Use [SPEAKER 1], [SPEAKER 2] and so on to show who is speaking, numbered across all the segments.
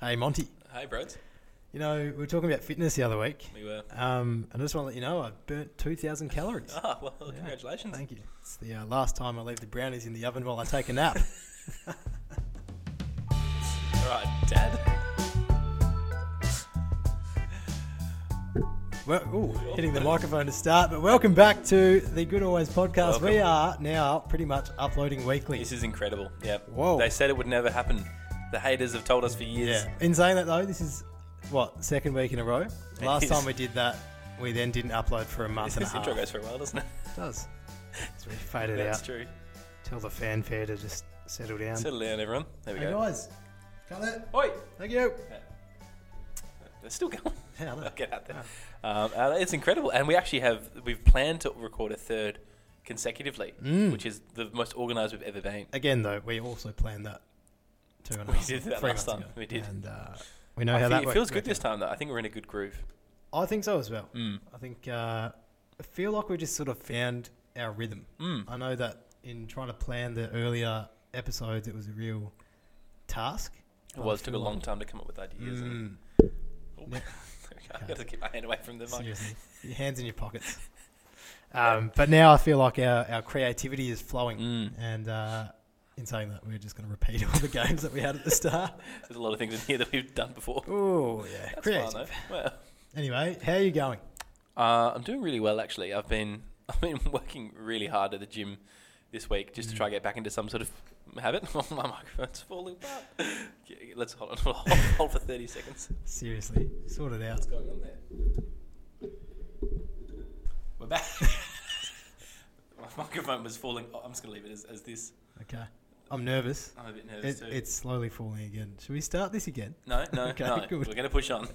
[SPEAKER 1] Hey, Monty.
[SPEAKER 2] Hey, Broads.
[SPEAKER 1] You know, we were talking about fitness the other week.
[SPEAKER 2] We were.
[SPEAKER 1] Um, and I just want to let you know I burnt 2,000 calories.
[SPEAKER 2] Ah, well,
[SPEAKER 1] Yeah.
[SPEAKER 2] congratulations.
[SPEAKER 1] Thank you. It's the uh, last time I leave the brownies in the oven while I take a nap.
[SPEAKER 2] All right, Dad.
[SPEAKER 1] well, ooh, hitting the microphone to start. But welcome back to the Good Always podcast. We
[SPEAKER 2] Welcome.
[SPEAKER 1] are now pretty much uploading weekly.
[SPEAKER 2] This is incredible. Yeah.
[SPEAKER 1] Whoa.
[SPEAKER 2] They said it would never happen. The haters have told us for years.
[SPEAKER 1] Yeah. In saying that, though, this is what, second week in a row? Last
[SPEAKER 2] is.
[SPEAKER 1] time we did that, we then didn't upload for a month and a
[SPEAKER 2] This
[SPEAKER 1] half.
[SPEAKER 2] intro goes for a while, doesn't it?
[SPEAKER 1] It does. It's really faded
[SPEAKER 2] That's
[SPEAKER 1] Ah. out. Um,
[SPEAKER 2] true.
[SPEAKER 1] Tell the fanfare to just settle down.
[SPEAKER 2] Settle down, everyone. There we
[SPEAKER 1] hey,
[SPEAKER 2] go.
[SPEAKER 1] guys. Cut it.
[SPEAKER 2] Oi!
[SPEAKER 1] Thank you.
[SPEAKER 2] They're still going.
[SPEAKER 1] Yeah, I know.
[SPEAKER 2] I'll get out there. Um, uh, it's incredible, and we actually have we've planned to record a third consecutively,
[SPEAKER 1] Mm.
[SPEAKER 2] which is the most organised we've ever been.
[SPEAKER 1] Again, though, we also planned that two and a
[SPEAKER 2] We
[SPEAKER 1] half,
[SPEAKER 2] did that
[SPEAKER 1] three
[SPEAKER 2] last
[SPEAKER 1] months
[SPEAKER 2] time.
[SPEAKER 1] ago.
[SPEAKER 2] We did.
[SPEAKER 1] And uh, we know
[SPEAKER 2] I
[SPEAKER 1] how
[SPEAKER 2] think
[SPEAKER 1] that
[SPEAKER 2] it
[SPEAKER 1] works.
[SPEAKER 2] feels good this time, though. I think we're in a good groove.
[SPEAKER 1] I think so as well.
[SPEAKER 2] Mm.
[SPEAKER 1] I think uh, I feel like we just sort of found our rhythm.
[SPEAKER 2] Mm.
[SPEAKER 1] I know that in trying to plan the earlier episodes, it was a real task.
[SPEAKER 2] It
[SPEAKER 1] I
[SPEAKER 2] was took a
[SPEAKER 1] feel
[SPEAKER 2] long time to come up with ideas. and-
[SPEAKER 1] Mm,
[SPEAKER 2] Oh.
[SPEAKER 1] Yeah.
[SPEAKER 2] I've got to keep my hand away from the mic.
[SPEAKER 1] seriously, your hands in your pockets. Um, but now I feel like our, our creativity is flowing.
[SPEAKER 2] Mm.
[SPEAKER 1] And uh, in saying that, we're just going to repeat all the games that we had at the start.
[SPEAKER 2] There's a lot of things in here that we've done before.
[SPEAKER 1] Oh yeah,
[SPEAKER 2] That's
[SPEAKER 1] creative.
[SPEAKER 2] fine, though. Well,
[SPEAKER 1] Anyway, how are you going?
[SPEAKER 2] uh, I'm doing really well actually. I've been I've been working really hard at the gym this week just to
[SPEAKER 1] Mm.
[SPEAKER 2] try and get back into some sort of habit. Oh, my microphone's falling apart. Okay, Let's hold on. Hold, hold for 30 seconds.
[SPEAKER 1] Seriously, sort it out.
[SPEAKER 2] What's going on there? We're back. my microphone was falling. Oh, I'm just gonna leave it as, as this.
[SPEAKER 1] Okay, I'm nervous.
[SPEAKER 2] I'm a bit nervous
[SPEAKER 1] It,
[SPEAKER 2] too.
[SPEAKER 1] it's slowly falling again. Should we start this again?
[SPEAKER 2] no, no,
[SPEAKER 1] okay,
[SPEAKER 2] no.
[SPEAKER 1] good.
[SPEAKER 2] We're gonna push on.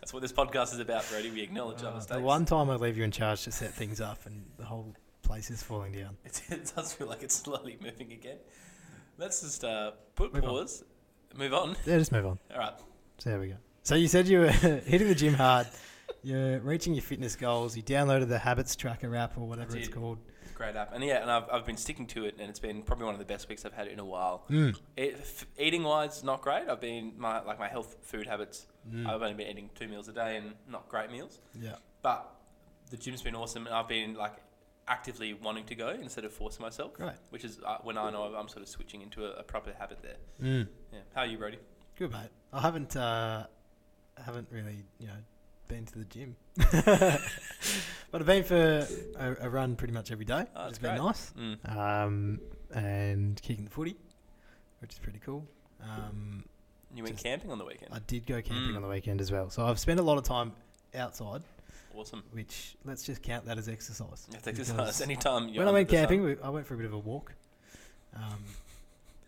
[SPEAKER 2] That's what this podcast is about, Brody. We acknowledge
[SPEAKER 1] Uh,
[SPEAKER 2] our
[SPEAKER 1] the
[SPEAKER 2] mistakes.
[SPEAKER 1] one time I leave you in charge to set things up, and the whole place is falling down.
[SPEAKER 2] It, it does feel like it's slowly moving again. Let's just uh, put
[SPEAKER 1] Move on.
[SPEAKER 2] pause, move on.
[SPEAKER 1] Yeah, just move on.
[SPEAKER 2] All right.
[SPEAKER 1] So there we go. So you said you were hitting the gym hard. You're reaching your fitness goals. You downloaded the habits tracker app or whatever it's
[SPEAKER 2] did.
[SPEAKER 1] called.
[SPEAKER 2] Great app. And yeah, and I've, I've been sticking to it, and it's been probably one of the best weeks I've had in a while.
[SPEAKER 1] Mm.
[SPEAKER 2] It, f- eating wise, not great. I've been, my like my health food habits,
[SPEAKER 1] Mm.
[SPEAKER 2] I've only been eating two meals a day and not great meals.
[SPEAKER 1] Yeah.
[SPEAKER 2] But the gym's been awesome, and I've been like actively wanting to go instead of forcing myself,
[SPEAKER 1] Great.
[SPEAKER 2] which is uh, when I know I'm sort of switching into a, a proper habit there.
[SPEAKER 1] Mm.
[SPEAKER 2] Yeah. How are you, Brody?
[SPEAKER 1] Good mate. I haven't uh, haven't really you know been to the gym, but I've been for a, a run pretty much every day.
[SPEAKER 2] Oh,
[SPEAKER 1] it's
[SPEAKER 2] that's
[SPEAKER 1] been
[SPEAKER 2] great.
[SPEAKER 1] nice.
[SPEAKER 2] Mm.
[SPEAKER 1] Um, and kicking the footy, which is pretty cool. Um,
[SPEAKER 2] You went
[SPEAKER 1] Just-
[SPEAKER 2] camping on the weekend.
[SPEAKER 1] I did go camping
[SPEAKER 2] Mm.
[SPEAKER 1] on the weekend as well, so I've spent a lot of time outside.
[SPEAKER 2] awesome.
[SPEAKER 1] Which let's just count that as exercise.
[SPEAKER 2] You have to
[SPEAKER 1] because
[SPEAKER 2] exercise anytime. you're
[SPEAKER 1] When I
[SPEAKER 2] under
[SPEAKER 1] went
[SPEAKER 2] the sun.
[SPEAKER 1] camping, we, I went for a bit of a walk. Um,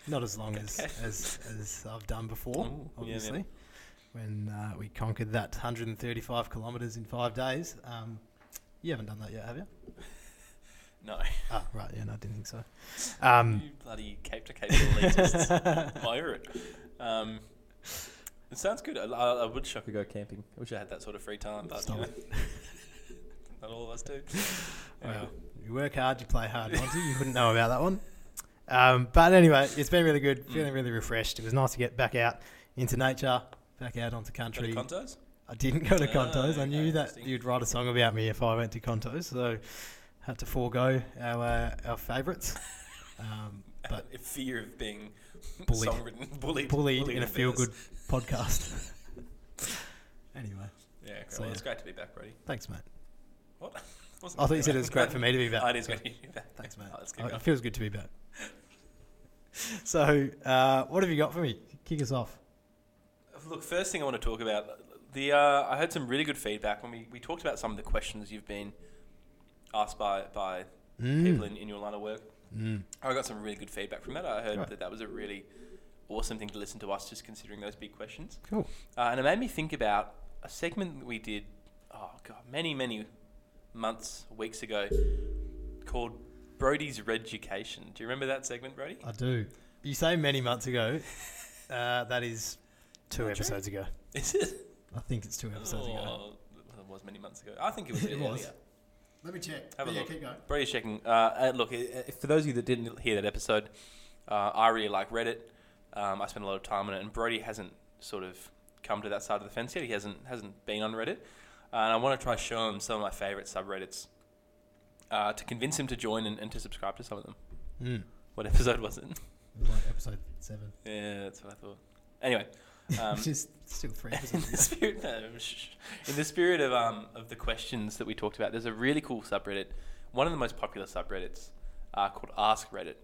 [SPEAKER 1] not as long as,
[SPEAKER 2] Okay.
[SPEAKER 1] as as I've done before,
[SPEAKER 2] Ooh, yeah, yeah.
[SPEAKER 1] obviously. When uh, we conquered that 135 kilometres in five days. Um, you haven't done that yet, have you?
[SPEAKER 2] No,
[SPEAKER 1] Ah, right. Yeah, no, I didn't think so. Um,
[SPEAKER 2] you bloody Cape to Cape elitists. I'm over it. Um, it sounds good. I, I, I wish I could go camping. I wish I had that sort of free time, but you
[SPEAKER 1] Stop
[SPEAKER 2] know, not all of us do. Yeah.
[SPEAKER 1] Well, you work hard, you play hard, Monty. You wouldn't know about that one. Um, but anyway, it's been really good. Feeling
[SPEAKER 2] Mm.
[SPEAKER 1] really refreshed. It was nice to get back out into nature, back out onto
[SPEAKER 2] Go to
[SPEAKER 1] country.
[SPEAKER 2] Contos?
[SPEAKER 1] I didn't go to
[SPEAKER 2] Ah,
[SPEAKER 1] Contos. I knew
[SPEAKER 2] okay,
[SPEAKER 1] that
[SPEAKER 2] interesting.
[SPEAKER 1] you'd write a song about me if I went to Contos, so had to forego our uh, our favourites. Um, but
[SPEAKER 2] But fear of being
[SPEAKER 1] Bullied.
[SPEAKER 2] songwritten, bullied,
[SPEAKER 1] bullied, in a feel good podcast. anyway,
[SPEAKER 2] Yeah, great.
[SPEAKER 1] So,
[SPEAKER 2] well,
[SPEAKER 1] yeah.
[SPEAKER 2] it's great to be back, Brody.
[SPEAKER 1] thanks, mate.
[SPEAKER 2] What? Wasn't
[SPEAKER 1] I thought you said
[SPEAKER 2] great.
[SPEAKER 1] it was great for me to be back.
[SPEAKER 2] Oh, it is great to be back.
[SPEAKER 1] Thanks, mate.
[SPEAKER 2] Oh, let's keep
[SPEAKER 1] Oh,
[SPEAKER 2] going.
[SPEAKER 1] it feels good to be back. So, uh, what have you got for me? Kick us off.
[SPEAKER 2] Look, first thing I want to talk about the uh, I heard some really good feedback when we, we talked about some of the questions you've been asked by by people in, in your line of work.
[SPEAKER 1] Mm.
[SPEAKER 2] I got some really good feedback from that. I heard
[SPEAKER 1] Right.
[SPEAKER 2] that that was a really awesome thing to listen to us, just considering those big questions.
[SPEAKER 1] Cool.
[SPEAKER 2] Uh, and it made me think about a segment that we did, oh god, many many months, weeks ago, called Brody's Reducation. Do you remember that segment, Brody?
[SPEAKER 1] I do. You say many months ago. Uh, that is two
[SPEAKER 2] Not true.
[SPEAKER 1] episodes ago.
[SPEAKER 2] Is it?
[SPEAKER 1] I think it's two episodes ago.
[SPEAKER 2] Oh, it was many months ago. I think it was.
[SPEAKER 1] It
[SPEAKER 2] earlier.
[SPEAKER 1] was. Let me check.
[SPEAKER 2] Have a look.
[SPEAKER 1] keep going.
[SPEAKER 2] Brody's checking. Uh, uh, look, i- i- for those of you that didn't hear that episode, uh, I really like Reddit. Um, I spent a lot of time on it, and Brody hasn't sort of come to that side of the fence yet. He hasn't hasn't been on Reddit, uh, and I want to try show him some of my favorite subreddits uh, to convince him to join and, and to subscribe to some of them.
[SPEAKER 1] Mm.
[SPEAKER 2] What episode was it?
[SPEAKER 1] It was like episode seven.
[SPEAKER 2] Yeah, that's what I thought. Anyway, um,
[SPEAKER 1] Just still three
[SPEAKER 2] in
[SPEAKER 1] episodes.
[SPEAKER 2] the spirit, no, shh. in the spirit of um, of the questions that we talked about, there's a really cool subreddit, one of the most popular subreddits, uh, called Ask Reddit,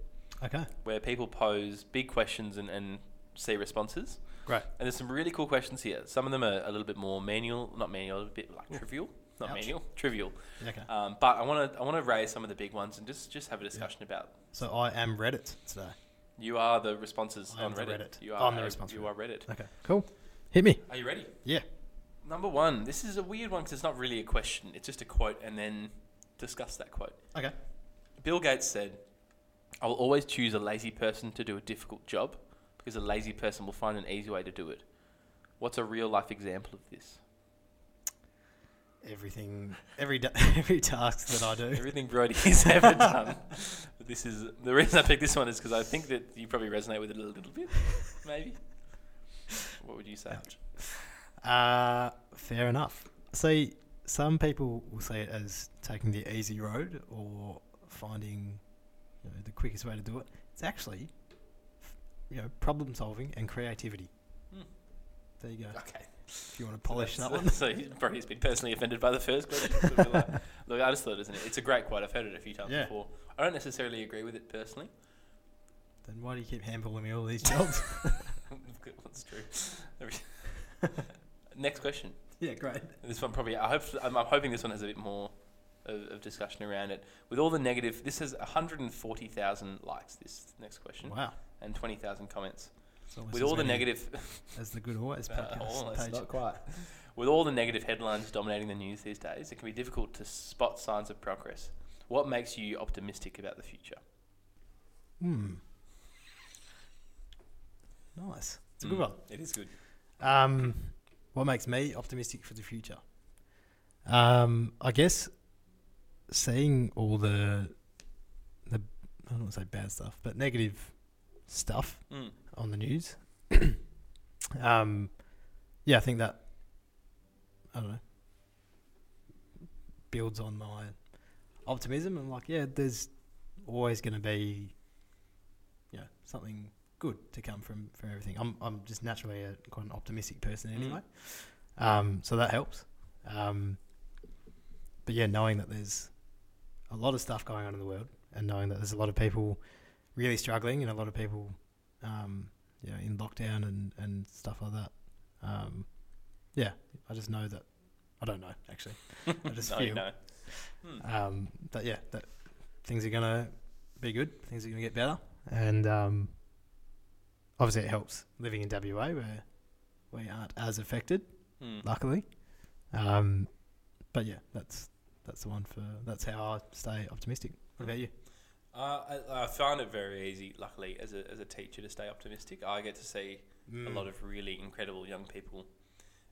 [SPEAKER 1] okay.
[SPEAKER 2] where people pose big questions and, and see responses.
[SPEAKER 1] Great.
[SPEAKER 2] And there's some really cool questions here. Some of them are a little bit more manual, not manual, a bit like
[SPEAKER 1] Ooh.
[SPEAKER 2] trivial, not
[SPEAKER 1] Ouch.
[SPEAKER 2] manual, trivial.
[SPEAKER 1] Okay.
[SPEAKER 2] Um, but I want to I want to raise some of the big ones and just just have a discussion about.
[SPEAKER 1] So I am Reddit today.
[SPEAKER 2] You are the responses
[SPEAKER 1] I am
[SPEAKER 2] on
[SPEAKER 1] the
[SPEAKER 2] Reddit.
[SPEAKER 1] Reddit.
[SPEAKER 2] You are
[SPEAKER 1] I'm the
[SPEAKER 2] a-
[SPEAKER 1] response
[SPEAKER 2] You are Reddit.
[SPEAKER 1] Okay. Cool. Hit me.
[SPEAKER 2] Are you ready?
[SPEAKER 1] Yeah.
[SPEAKER 2] Number one. This is a weird one because it's not really a question. It's just a quote, and then discuss that quote.
[SPEAKER 1] Okay.
[SPEAKER 2] Bill Gates said, "I will always choose a lazy person to do a difficult job because a lazy person will find an easy way to do it." What's a real life example of this?
[SPEAKER 1] Everything, every da- every task that I do.
[SPEAKER 2] Everything Brody has ever done. But this is the reason I picked this one is because I think that you probably resonate with it a little bit, maybe. What would you say?
[SPEAKER 1] Ouch. Uh, fair enough. See, some people will see it as taking the easy road or finding you know, the quickest way to do it. It's actually, you know, problem solving and creativity.
[SPEAKER 2] Hmm.
[SPEAKER 1] There you go.
[SPEAKER 2] Okay.
[SPEAKER 1] If you want to polish
[SPEAKER 2] So
[SPEAKER 1] that
[SPEAKER 2] that's-
[SPEAKER 1] one.
[SPEAKER 2] So he- Brody's been personally offended by the first question. So we're like- Look, I just thought, isn't it? It's a great quote. I've heard it a few times
[SPEAKER 1] Yeah.
[SPEAKER 2] before. I don't necessarily agree with it personally.
[SPEAKER 1] Then why do you keep handballing me all these jobs?
[SPEAKER 2] That's true. Every- Next question.
[SPEAKER 1] yeah, great.
[SPEAKER 2] This one probably. I hope. I'm, I'm hoping this one has a bit more of, of discussion around it. With all the negative, this has 140,000 likes. This next question
[SPEAKER 1] Wow.
[SPEAKER 2] and 20,000 comments.
[SPEAKER 1] It's almost
[SPEAKER 2] With
[SPEAKER 1] as
[SPEAKER 2] all the
[SPEAKER 1] many
[SPEAKER 2] negative,
[SPEAKER 1] As the good always
[SPEAKER 2] Uh,
[SPEAKER 1] podcast
[SPEAKER 2] almost,
[SPEAKER 1] page.
[SPEAKER 2] not with all the negative headlines dominating the news these days, it can be difficult to spot signs of progress. What makes you optimistic about the future?
[SPEAKER 1] Hmm. Nice. It's a good
[SPEAKER 2] Mm,
[SPEAKER 1] one.
[SPEAKER 2] It is good.
[SPEAKER 1] Um, what makes me optimistic for the future? Um, I guess seeing all the the I don't want to say bad stuff, but negative stuff
[SPEAKER 2] Mm.
[SPEAKER 1] on the news. um, yeah, I think that I don't know builds on my optimism. I'm like, yeah, there's always going to be you know something good to come from from everything. I'm I'm just naturally a, quite an optimistic person
[SPEAKER 2] Mhm.
[SPEAKER 1] anyway, um, so that helps. Um, but yeah, knowing that there's a lot of stuff going on in the world, and knowing that there's a lot of people really struggling, and a lot of people um, you know, in lockdown and, and stuff like that. Um, yeah, I just know that. I don't know actually. I just
[SPEAKER 2] No,
[SPEAKER 1] feel
[SPEAKER 2] no. Hmm.
[SPEAKER 1] um, that yeah, that things are gonna be good. Things are gonna get better, and um, obviously it helps living in WA where we aren't as affected,
[SPEAKER 2] Hmm.
[SPEAKER 1] luckily. Um, but yeah, that's that's the one for that's how I stay optimistic. What about you?
[SPEAKER 2] Uh, I, I found it very easy, luckily, as a, as a teacher to stay optimistic. I get to see
[SPEAKER 1] Mm.
[SPEAKER 2] a lot of really incredible young people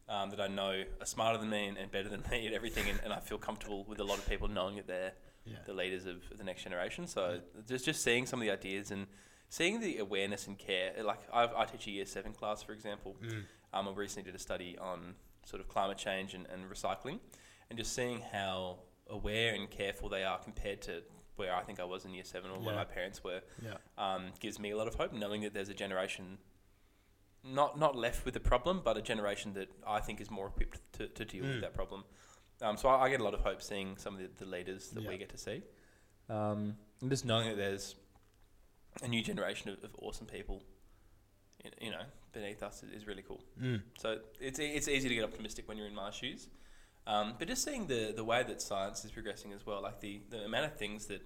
[SPEAKER 2] um, that I know are smarter than me and, and better than me at everything, and, and I feel comfortable with a lot of people knowing that they're
[SPEAKER 1] yeah,
[SPEAKER 2] the leaders of the next generation. So just just seeing some of the ideas and seeing the awareness and care. Like i I teach a year seven class, for example.
[SPEAKER 1] Mm.
[SPEAKER 2] Um, I recently did a study on sort of climate change and, and recycling, and just seeing how aware and careful they are compared to where I think I was in year seven or where
[SPEAKER 1] Yeah.
[SPEAKER 2] my parents were
[SPEAKER 1] yeah,
[SPEAKER 2] um, gives me a lot of hope, knowing that there's a generation not not left with the problem, but a generation that I think is more equipped to, to deal
[SPEAKER 1] Mm.
[SPEAKER 2] with that problem. Um, so I, I get a lot of hope seeing some of the, the leaders that
[SPEAKER 1] Yeah.
[SPEAKER 2] we get to see, um, and just knowing that there's a new generation of, of awesome people, y- you know, beneath us is, is really cool.
[SPEAKER 1] mm.
[SPEAKER 2] So it's e- it's easy to get optimistic when you're in my shoes, um, but just seeing the the way that science is progressing as well, like the, the amount of things that,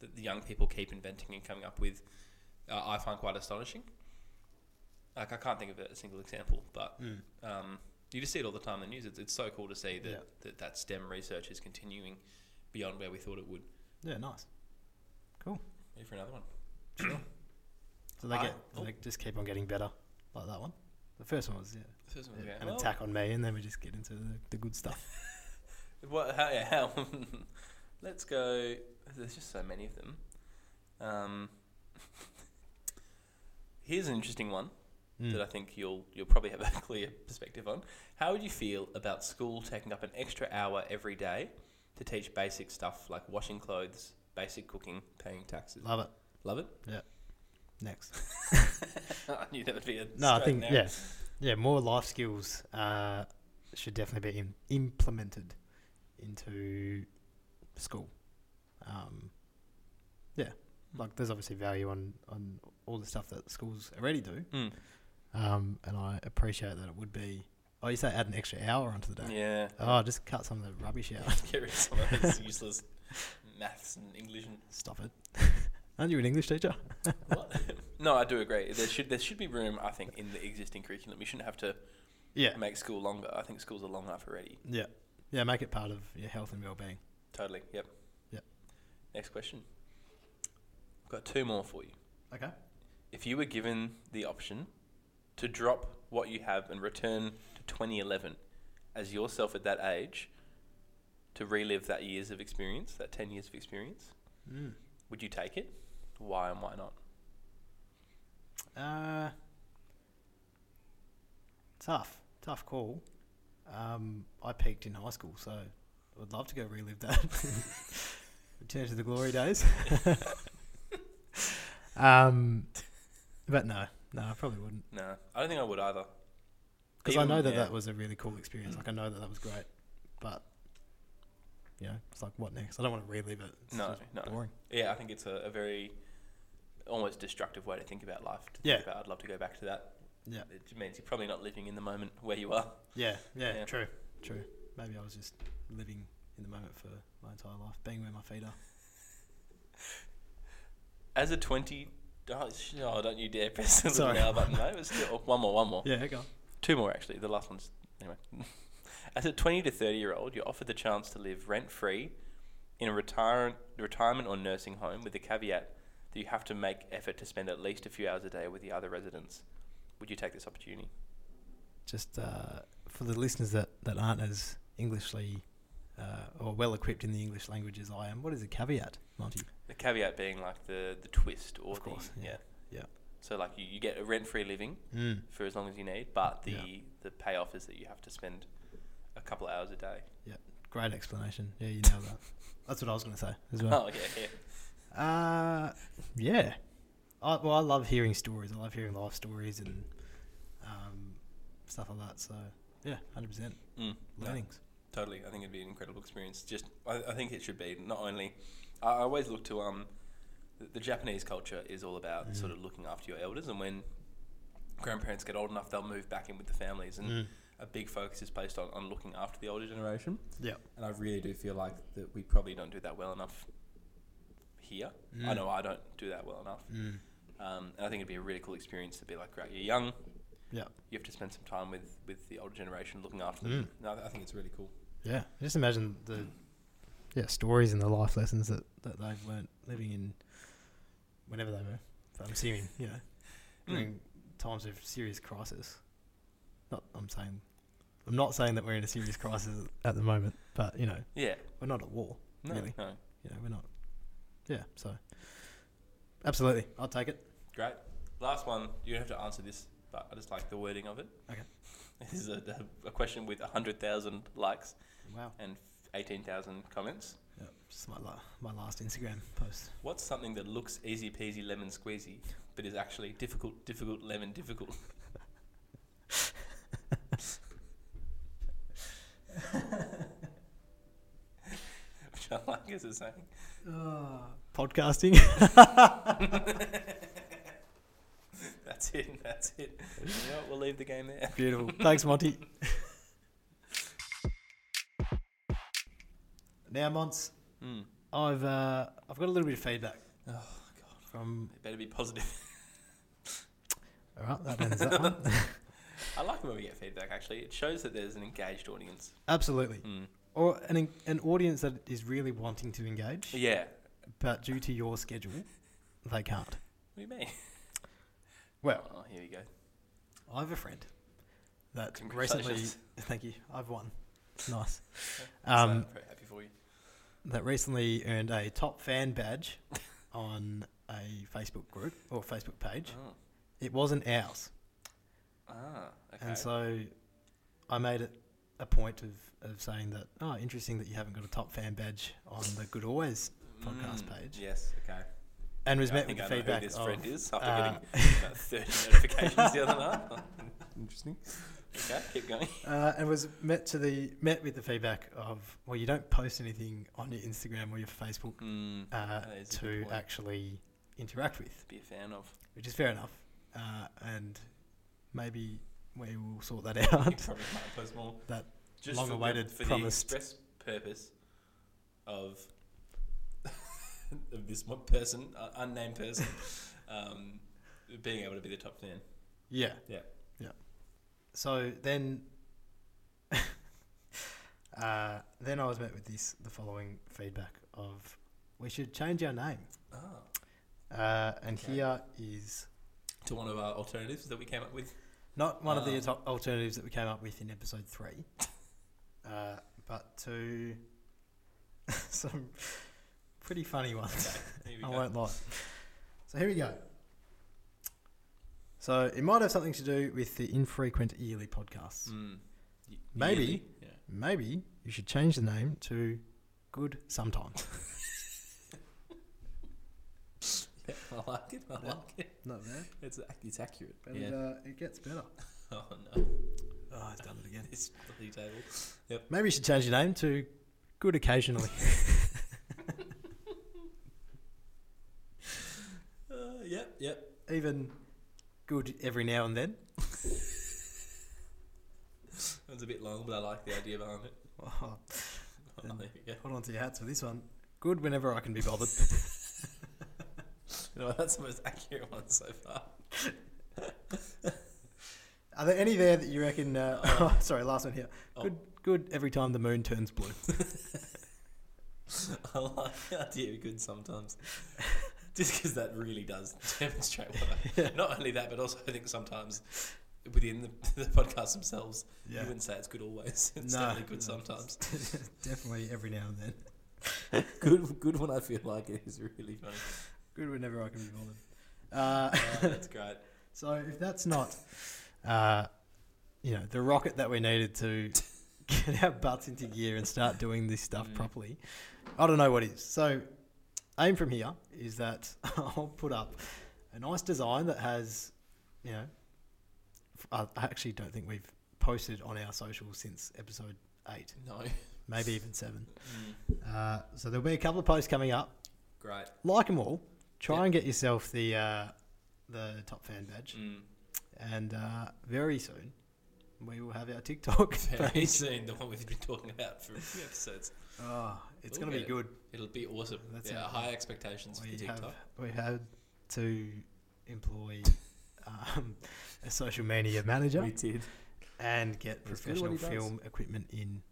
[SPEAKER 2] that the young people keep inventing and coming up with, uh, I find quite astonishing. Like I can't think of a single example, but
[SPEAKER 1] Mm.
[SPEAKER 2] um, you just see it all the time in the news. It's, it's so cool to see that,
[SPEAKER 1] Yeah.
[SPEAKER 2] that that STEM research is continuing beyond where we thought it would.
[SPEAKER 1] yeah, nice.
[SPEAKER 2] Ready for another one?
[SPEAKER 1] So they
[SPEAKER 2] I- oh.
[SPEAKER 1] get so they just keep on getting better, like that one. The first one was yeah,
[SPEAKER 2] This is
[SPEAKER 1] a-
[SPEAKER 2] okay.
[SPEAKER 1] an
[SPEAKER 2] Well,
[SPEAKER 1] attack on me, and then we just get into the, the good stuff.
[SPEAKER 2] What? How? Yeah, how? Let's go. There's just so many of them. Um, here's an interesting one.
[SPEAKER 1] Mm.
[SPEAKER 2] that I think you'll you'll probably have a clear perspective on. How would you feel about school taking up an extra hour every day to teach basic stuff like washing clothes, basic cooking, paying taxes?
[SPEAKER 1] Love it.
[SPEAKER 2] Love it.
[SPEAKER 1] Next.
[SPEAKER 2] I knew that would be a
[SPEAKER 1] No, I
[SPEAKER 2] straight
[SPEAKER 1] think
[SPEAKER 2] and narrow.
[SPEAKER 1] yeah, yeah. More life skills uh, should definitely be Im- implemented into school. Um, yeah, like there's obviously value on on all the stuff that schools already do,
[SPEAKER 2] Mm.
[SPEAKER 1] um, and I appreciate that it would be. Oh, you say add an extra hour onto the day.
[SPEAKER 2] Yeah.
[SPEAKER 1] Oh, just cut some of the rubbish out.
[SPEAKER 2] Get rid of some of those useless maths and English and
[SPEAKER 1] Stop it. Aren't you an English teacher?
[SPEAKER 2] what? no, I do agree. There should there should be room, I think, in the existing curriculum. You shouldn't have to
[SPEAKER 1] Yeah.
[SPEAKER 2] make school longer. I think schools are long enough already.
[SPEAKER 1] Yeah. Yeah. Make it part of your health and well-being.
[SPEAKER 2] Totally. Yep.
[SPEAKER 1] Yep.
[SPEAKER 2] Next question. I've got two more for you.
[SPEAKER 1] Okay.
[SPEAKER 2] If you were given the option to drop what you have and return to 2011 as yourself at that age to relive that years of experience, that 10 years of experience,
[SPEAKER 1] Mm.
[SPEAKER 2] would you take it? Why and why not?
[SPEAKER 1] Uh, tough, tough call. Um, I peaked in high school, so I would love to go relive that. Return to the glory days. um, but no, no, I probably wouldn't
[SPEAKER 2] No, I don't think I would either.
[SPEAKER 1] because I
[SPEAKER 2] Even-
[SPEAKER 1] know that
[SPEAKER 2] yeah.
[SPEAKER 1] that was a really cool experience. Like I know that that was great, but you know, it's like what next? I don't want to relive it. It's
[SPEAKER 2] No,
[SPEAKER 1] just
[SPEAKER 2] no.
[SPEAKER 1] boring.
[SPEAKER 2] Yeah, I think it's a, a very almost destructive way to think about life. To think
[SPEAKER 1] Yeah.
[SPEAKER 2] about, I'd love to go back to that.
[SPEAKER 1] Yeah.
[SPEAKER 2] It means you're probably not living in the moment where you are.
[SPEAKER 1] Yeah, yeah,
[SPEAKER 2] Yeah.
[SPEAKER 1] true, true. Maybe I was just living in the moment for my entire life, being where my feet are.
[SPEAKER 2] As a 20. Oh, sh- oh, don't you dare press the little
[SPEAKER 1] Sorry.
[SPEAKER 2] now button, mate. It's still, oh, one more, one more.
[SPEAKER 1] Yeah, go. on.
[SPEAKER 2] Two more, actually. The last one's. Anyway. As a 20 to 30 year old, you're offered the chance to live rent free in a retire- retirement or nursing home with the caveat that you have to make effort to spend at least a few hours a day with the other residents. Would you take this opportunity?
[SPEAKER 1] just uh, for the listeners that, that aren't as Englishly uh, or well equipped in the English language as I am, what is a caveat, Monty?
[SPEAKER 2] The caveat being like the the twist or
[SPEAKER 1] Of course,
[SPEAKER 2] the,
[SPEAKER 1] yeah, yeah.
[SPEAKER 2] So like you, you get a rent free living
[SPEAKER 1] Mm.
[SPEAKER 2] for as long as you need, but the
[SPEAKER 1] Yeah.
[SPEAKER 2] the payoff is that you have to spend a couple of hours a day.
[SPEAKER 1] Great explanation. Yeah, you know that. That's what I was going to say as well.
[SPEAKER 2] Oh yeah, yeah.
[SPEAKER 1] Uh, yeah. I, well, I love hearing stories. I love hearing life stories and um, stuff like that. So, yeah, 100%
[SPEAKER 2] Mm, no,
[SPEAKER 1] learnings.
[SPEAKER 2] totally. I think it'd be an incredible experience. Just I, I think it should be not only. I I always look to um, the, the Japanese culture is all about
[SPEAKER 1] Mm.
[SPEAKER 2] sort of looking after your elders, and when grandparents get old enough, they'll move back in with the families, and
[SPEAKER 1] Mm.
[SPEAKER 2] a big focus is placed on, on looking after the older generation.
[SPEAKER 1] Yeah.
[SPEAKER 2] And I really do feel like that we probably don't do that well enough here. I
[SPEAKER 1] Mm.
[SPEAKER 2] know I don't do that well enough.
[SPEAKER 1] Mm.
[SPEAKER 2] Um, and I think it'd be a really cool experience to be like, right, you're young.
[SPEAKER 1] Yeah.
[SPEAKER 2] You have to spend some time with, with the older generation looking after them.
[SPEAKER 1] Mm.
[SPEAKER 2] No, I think it's really cool.
[SPEAKER 1] Yeah, just imagine the yeah stories and the life lessons that, that they've learnt living in whenever they were. I'm assuming, you know, during times of serious crisis. Not, I'm saying, I'm not saying that we're in a serious crisis at the moment, but you know,
[SPEAKER 2] Yeah.
[SPEAKER 1] we're not at war.
[SPEAKER 2] No,
[SPEAKER 1] Really?
[SPEAKER 2] no.
[SPEAKER 1] You know, we're not. Yeah, so absolutely, I'll take it.
[SPEAKER 2] Great. Last one. You don't have to answer this, but I just like the wording of it.
[SPEAKER 1] Okay.
[SPEAKER 2] This is a, a question with 100,000 likes
[SPEAKER 1] Wow,
[SPEAKER 2] and 18,000 comments.
[SPEAKER 1] yeah, just my la- my last Instagram post.
[SPEAKER 2] What's something that looks easy peasy lemon squeezy, but is actually difficult, difficult lemon difficult? Which I like as a saying.
[SPEAKER 1] Ah. Podcasting.
[SPEAKER 2] That's it. That's it. You know what? We'll leave the game there.
[SPEAKER 1] Beautiful. Thanks, Monty. now, Monts,
[SPEAKER 2] Mm.
[SPEAKER 1] I've uh, I've got a little bit of feedback
[SPEAKER 2] Oh, God.
[SPEAKER 1] from.
[SPEAKER 2] It better be positive.
[SPEAKER 1] All right, that ends that one.
[SPEAKER 2] I like when we get feedback. Actually, it shows that there's an engaged audience.
[SPEAKER 1] Absolutely,
[SPEAKER 2] Mm.
[SPEAKER 1] or an an audience that is really wanting to engage,
[SPEAKER 2] Yeah.
[SPEAKER 1] but due to your schedule, they can't.
[SPEAKER 2] What do you mean?
[SPEAKER 1] Well,
[SPEAKER 2] oh, here we go.
[SPEAKER 1] I have a friend that recently.
[SPEAKER 2] Congratulations.
[SPEAKER 1] Thank you. I've won. Nice.
[SPEAKER 2] So, I'm
[SPEAKER 1] Um,
[SPEAKER 2] very happy for you.
[SPEAKER 1] that recently earned a top fan badge on a Facebook group or Facebook page.
[SPEAKER 2] Oh.
[SPEAKER 1] It wasn't ours.
[SPEAKER 2] Ah, okay.
[SPEAKER 1] And so I made it a point of, of saying that, oh, interesting that you haven't got a top fan badge on the Good Always podcast page.
[SPEAKER 2] Hmm. Yes, okay.
[SPEAKER 1] and was
[SPEAKER 2] I
[SPEAKER 1] met with
[SPEAKER 2] think
[SPEAKER 1] the
[SPEAKER 2] I know
[SPEAKER 1] feedback
[SPEAKER 2] who this
[SPEAKER 1] of,
[SPEAKER 2] friend is after
[SPEAKER 1] uh,
[SPEAKER 2] getting about 30 notifications the other night.
[SPEAKER 3] Interesting.
[SPEAKER 2] Okay, keep going.
[SPEAKER 1] uh, and was met to the met with the feedback of, well, you don't post anything on your Instagram or your Facebook
[SPEAKER 2] Mm,
[SPEAKER 1] uh,
[SPEAKER 2] that is a good
[SPEAKER 1] to
[SPEAKER 2] point.
[SPEAKER 1] actually interact with,
[SPEAKER 2] Be a fan of.
[SPEAKER 1] which is fair enough. Uh, and maybe we will sort that
[SPEAKER 2] You
[SPEAKER 1] out.
[SPEAKER 2] probably can't post more.
[SPEAKER 1] That
[SPEAKER 2] Just
[SPEAKER 1] long-awaited
[SPEAKER 2] for the, for
[SPEAKER 1] promised-
[SPEAKER 2] the express purpose of of this one person, uh, unnamed person, um, being able to be the top fan.
[SPEAKER 1] yeah.
[SPEAKER 2] Yeah.
[SPEAKER 1] Yeah. So then, uh, then I was met with this the following feedback of, we should change our name.
[SPEAKER 2] Oh,
[SPEAKER 1] Uh, and
[SPEAKER 2] Okay.
[SPEAKER 1] here is
[SPEAKER 2] to one of our alternatives that we came up with.
[SPEAKER 1] Not one of the
[SPEAKER 2] Ah.
[SPEAKER 1] ato- alternatives that we came up with in episode three, uh, but to some pretty funny ones.
[SPEAKER 2] Okay, here we
[SPEAKER 1] I
[SPEAKER 2] go.
[SPEAKER 1] won't lie. So here we go. So it might have something to do with the infrequent yearly podcasts.
[SPEAKER 2] Mm. Ye-
[SPEAKER 1] Maybe.
[SPEAKER 2] yearly, Yeah.
[SPEAKER 1] Maybe you should change the name to Good Sometimes.
[SPEAKER 2] Yeah, I like it. I like it.
[SPEAKER 1] Not bad,
[SPEAKER 2] It's ac- it's accurate.
[SPEAKER 1] but
[SPEAKER 2] yeah.
[SPEAKER 1] it, uh, it gets better.
[SPEAKER 2] Oh no.
[SPEAKER 1] Oh, I've done it again.
[SPEAKER 2] This bloody table.
[SPEAKER 1] Maybe you should change your name to Good Occasionally.
[SPEAKER 2] Uh, yep. Yep.
[SPEAKER 1] Even Good Every Now and Then.
[SPEAKER 2] That was a bit long, but I like the idea behind it.
[SPEAKER 1] Oh,
[SPEAKER 2] Oh,
[SPEAKER 1] And-
[SPEAKER 2] there you go.
[SPEAKER 1] Hold on to your hats for this one. Good whenever I can be bothered.
[SPEAKER 2] You know, that's the most accurate one so far.
[SPEAKER 1] Are there any there that you reckon? Uh, oh, sorry, last one here.
[SPEAKER 2] Oh.
[SPEAKER 1] Good, good. Every time the moon turns blue.
[SPEAKER 2] I like the idea of good sometimes. Just because that really does demonstrate what I, Not only that, but also I think sometimes within the, the podcast themselves, you wouldn't say it's good always. It's
[SPEAKER 1] No,
[SPEAKER 2] definitely good
[SPEAKER 1] no,
[SPEAKER 2] sometimes.
[SPEAKER 1] definitely every now and then.
[SPEAKER 2] good good when I feel like it is really funny.
[SPEAKER 1] Good whenever I can be bothered. Uh,
[SPEAKER 2] Oh, that's great.
[SPEAKER 1] so if that's not, uh, you know, the rocket that we needed to get our butts into gear and start doing this stuff
[SPEAKER 2] Mm.
[SPEAKER 1] properly, I don't know what is. So aim from here is that I'll put up a nice design that has, you know, f- I I actually don't think we've posted on our socials since episode eight,
[SPEAKER 2] No.
[SPEAKER 1] maybe even seven.
[SPEAKER 2] Mm,
[SPEAKER 1] Uh, so there'll be a couple of posts coming up.
[SPEAKER 2] great.
[SPEAKER 1] Like them all. Try
[SPEAKER 2] Yep.
[SPEAKER 1] and get yourself the uh, the top fan badge,
[SPEAKER 2] Mm.
[SPEAKER 1] and uh, very soon we will have our TikTok
[SPEAKER 2] Very
[SPEAKER 1] page.
[SPEAKER 2] soon, the one we've been talking about for a few episodes.
[SPEAKER 1] Oh, it's
[SPEAKER 2] We'll
[SPEAKER 1] gonna be
[SPEAKER 2] get it.
[SPEAKER 1] good.
[SPEAKER 2] It'll be awesome.
[SPEAKER 1] That's
[SPEAKER 2] yeah,
[SPEAKER 1] it.
[SPEAKER 2] high expectations for
[SPEAKER 1] We
[SPEAKER 2] TikTok.
[SPEAKER 1] have we had to employ um, a social media manager
[SPEAKER 2] did.
[SPEAKER 1] and get
[SPEAKER 3] He's good at what
[SPEAKER 1] professional
[SPEAKER 3] he does.
[SPEAKER 1] film equipment in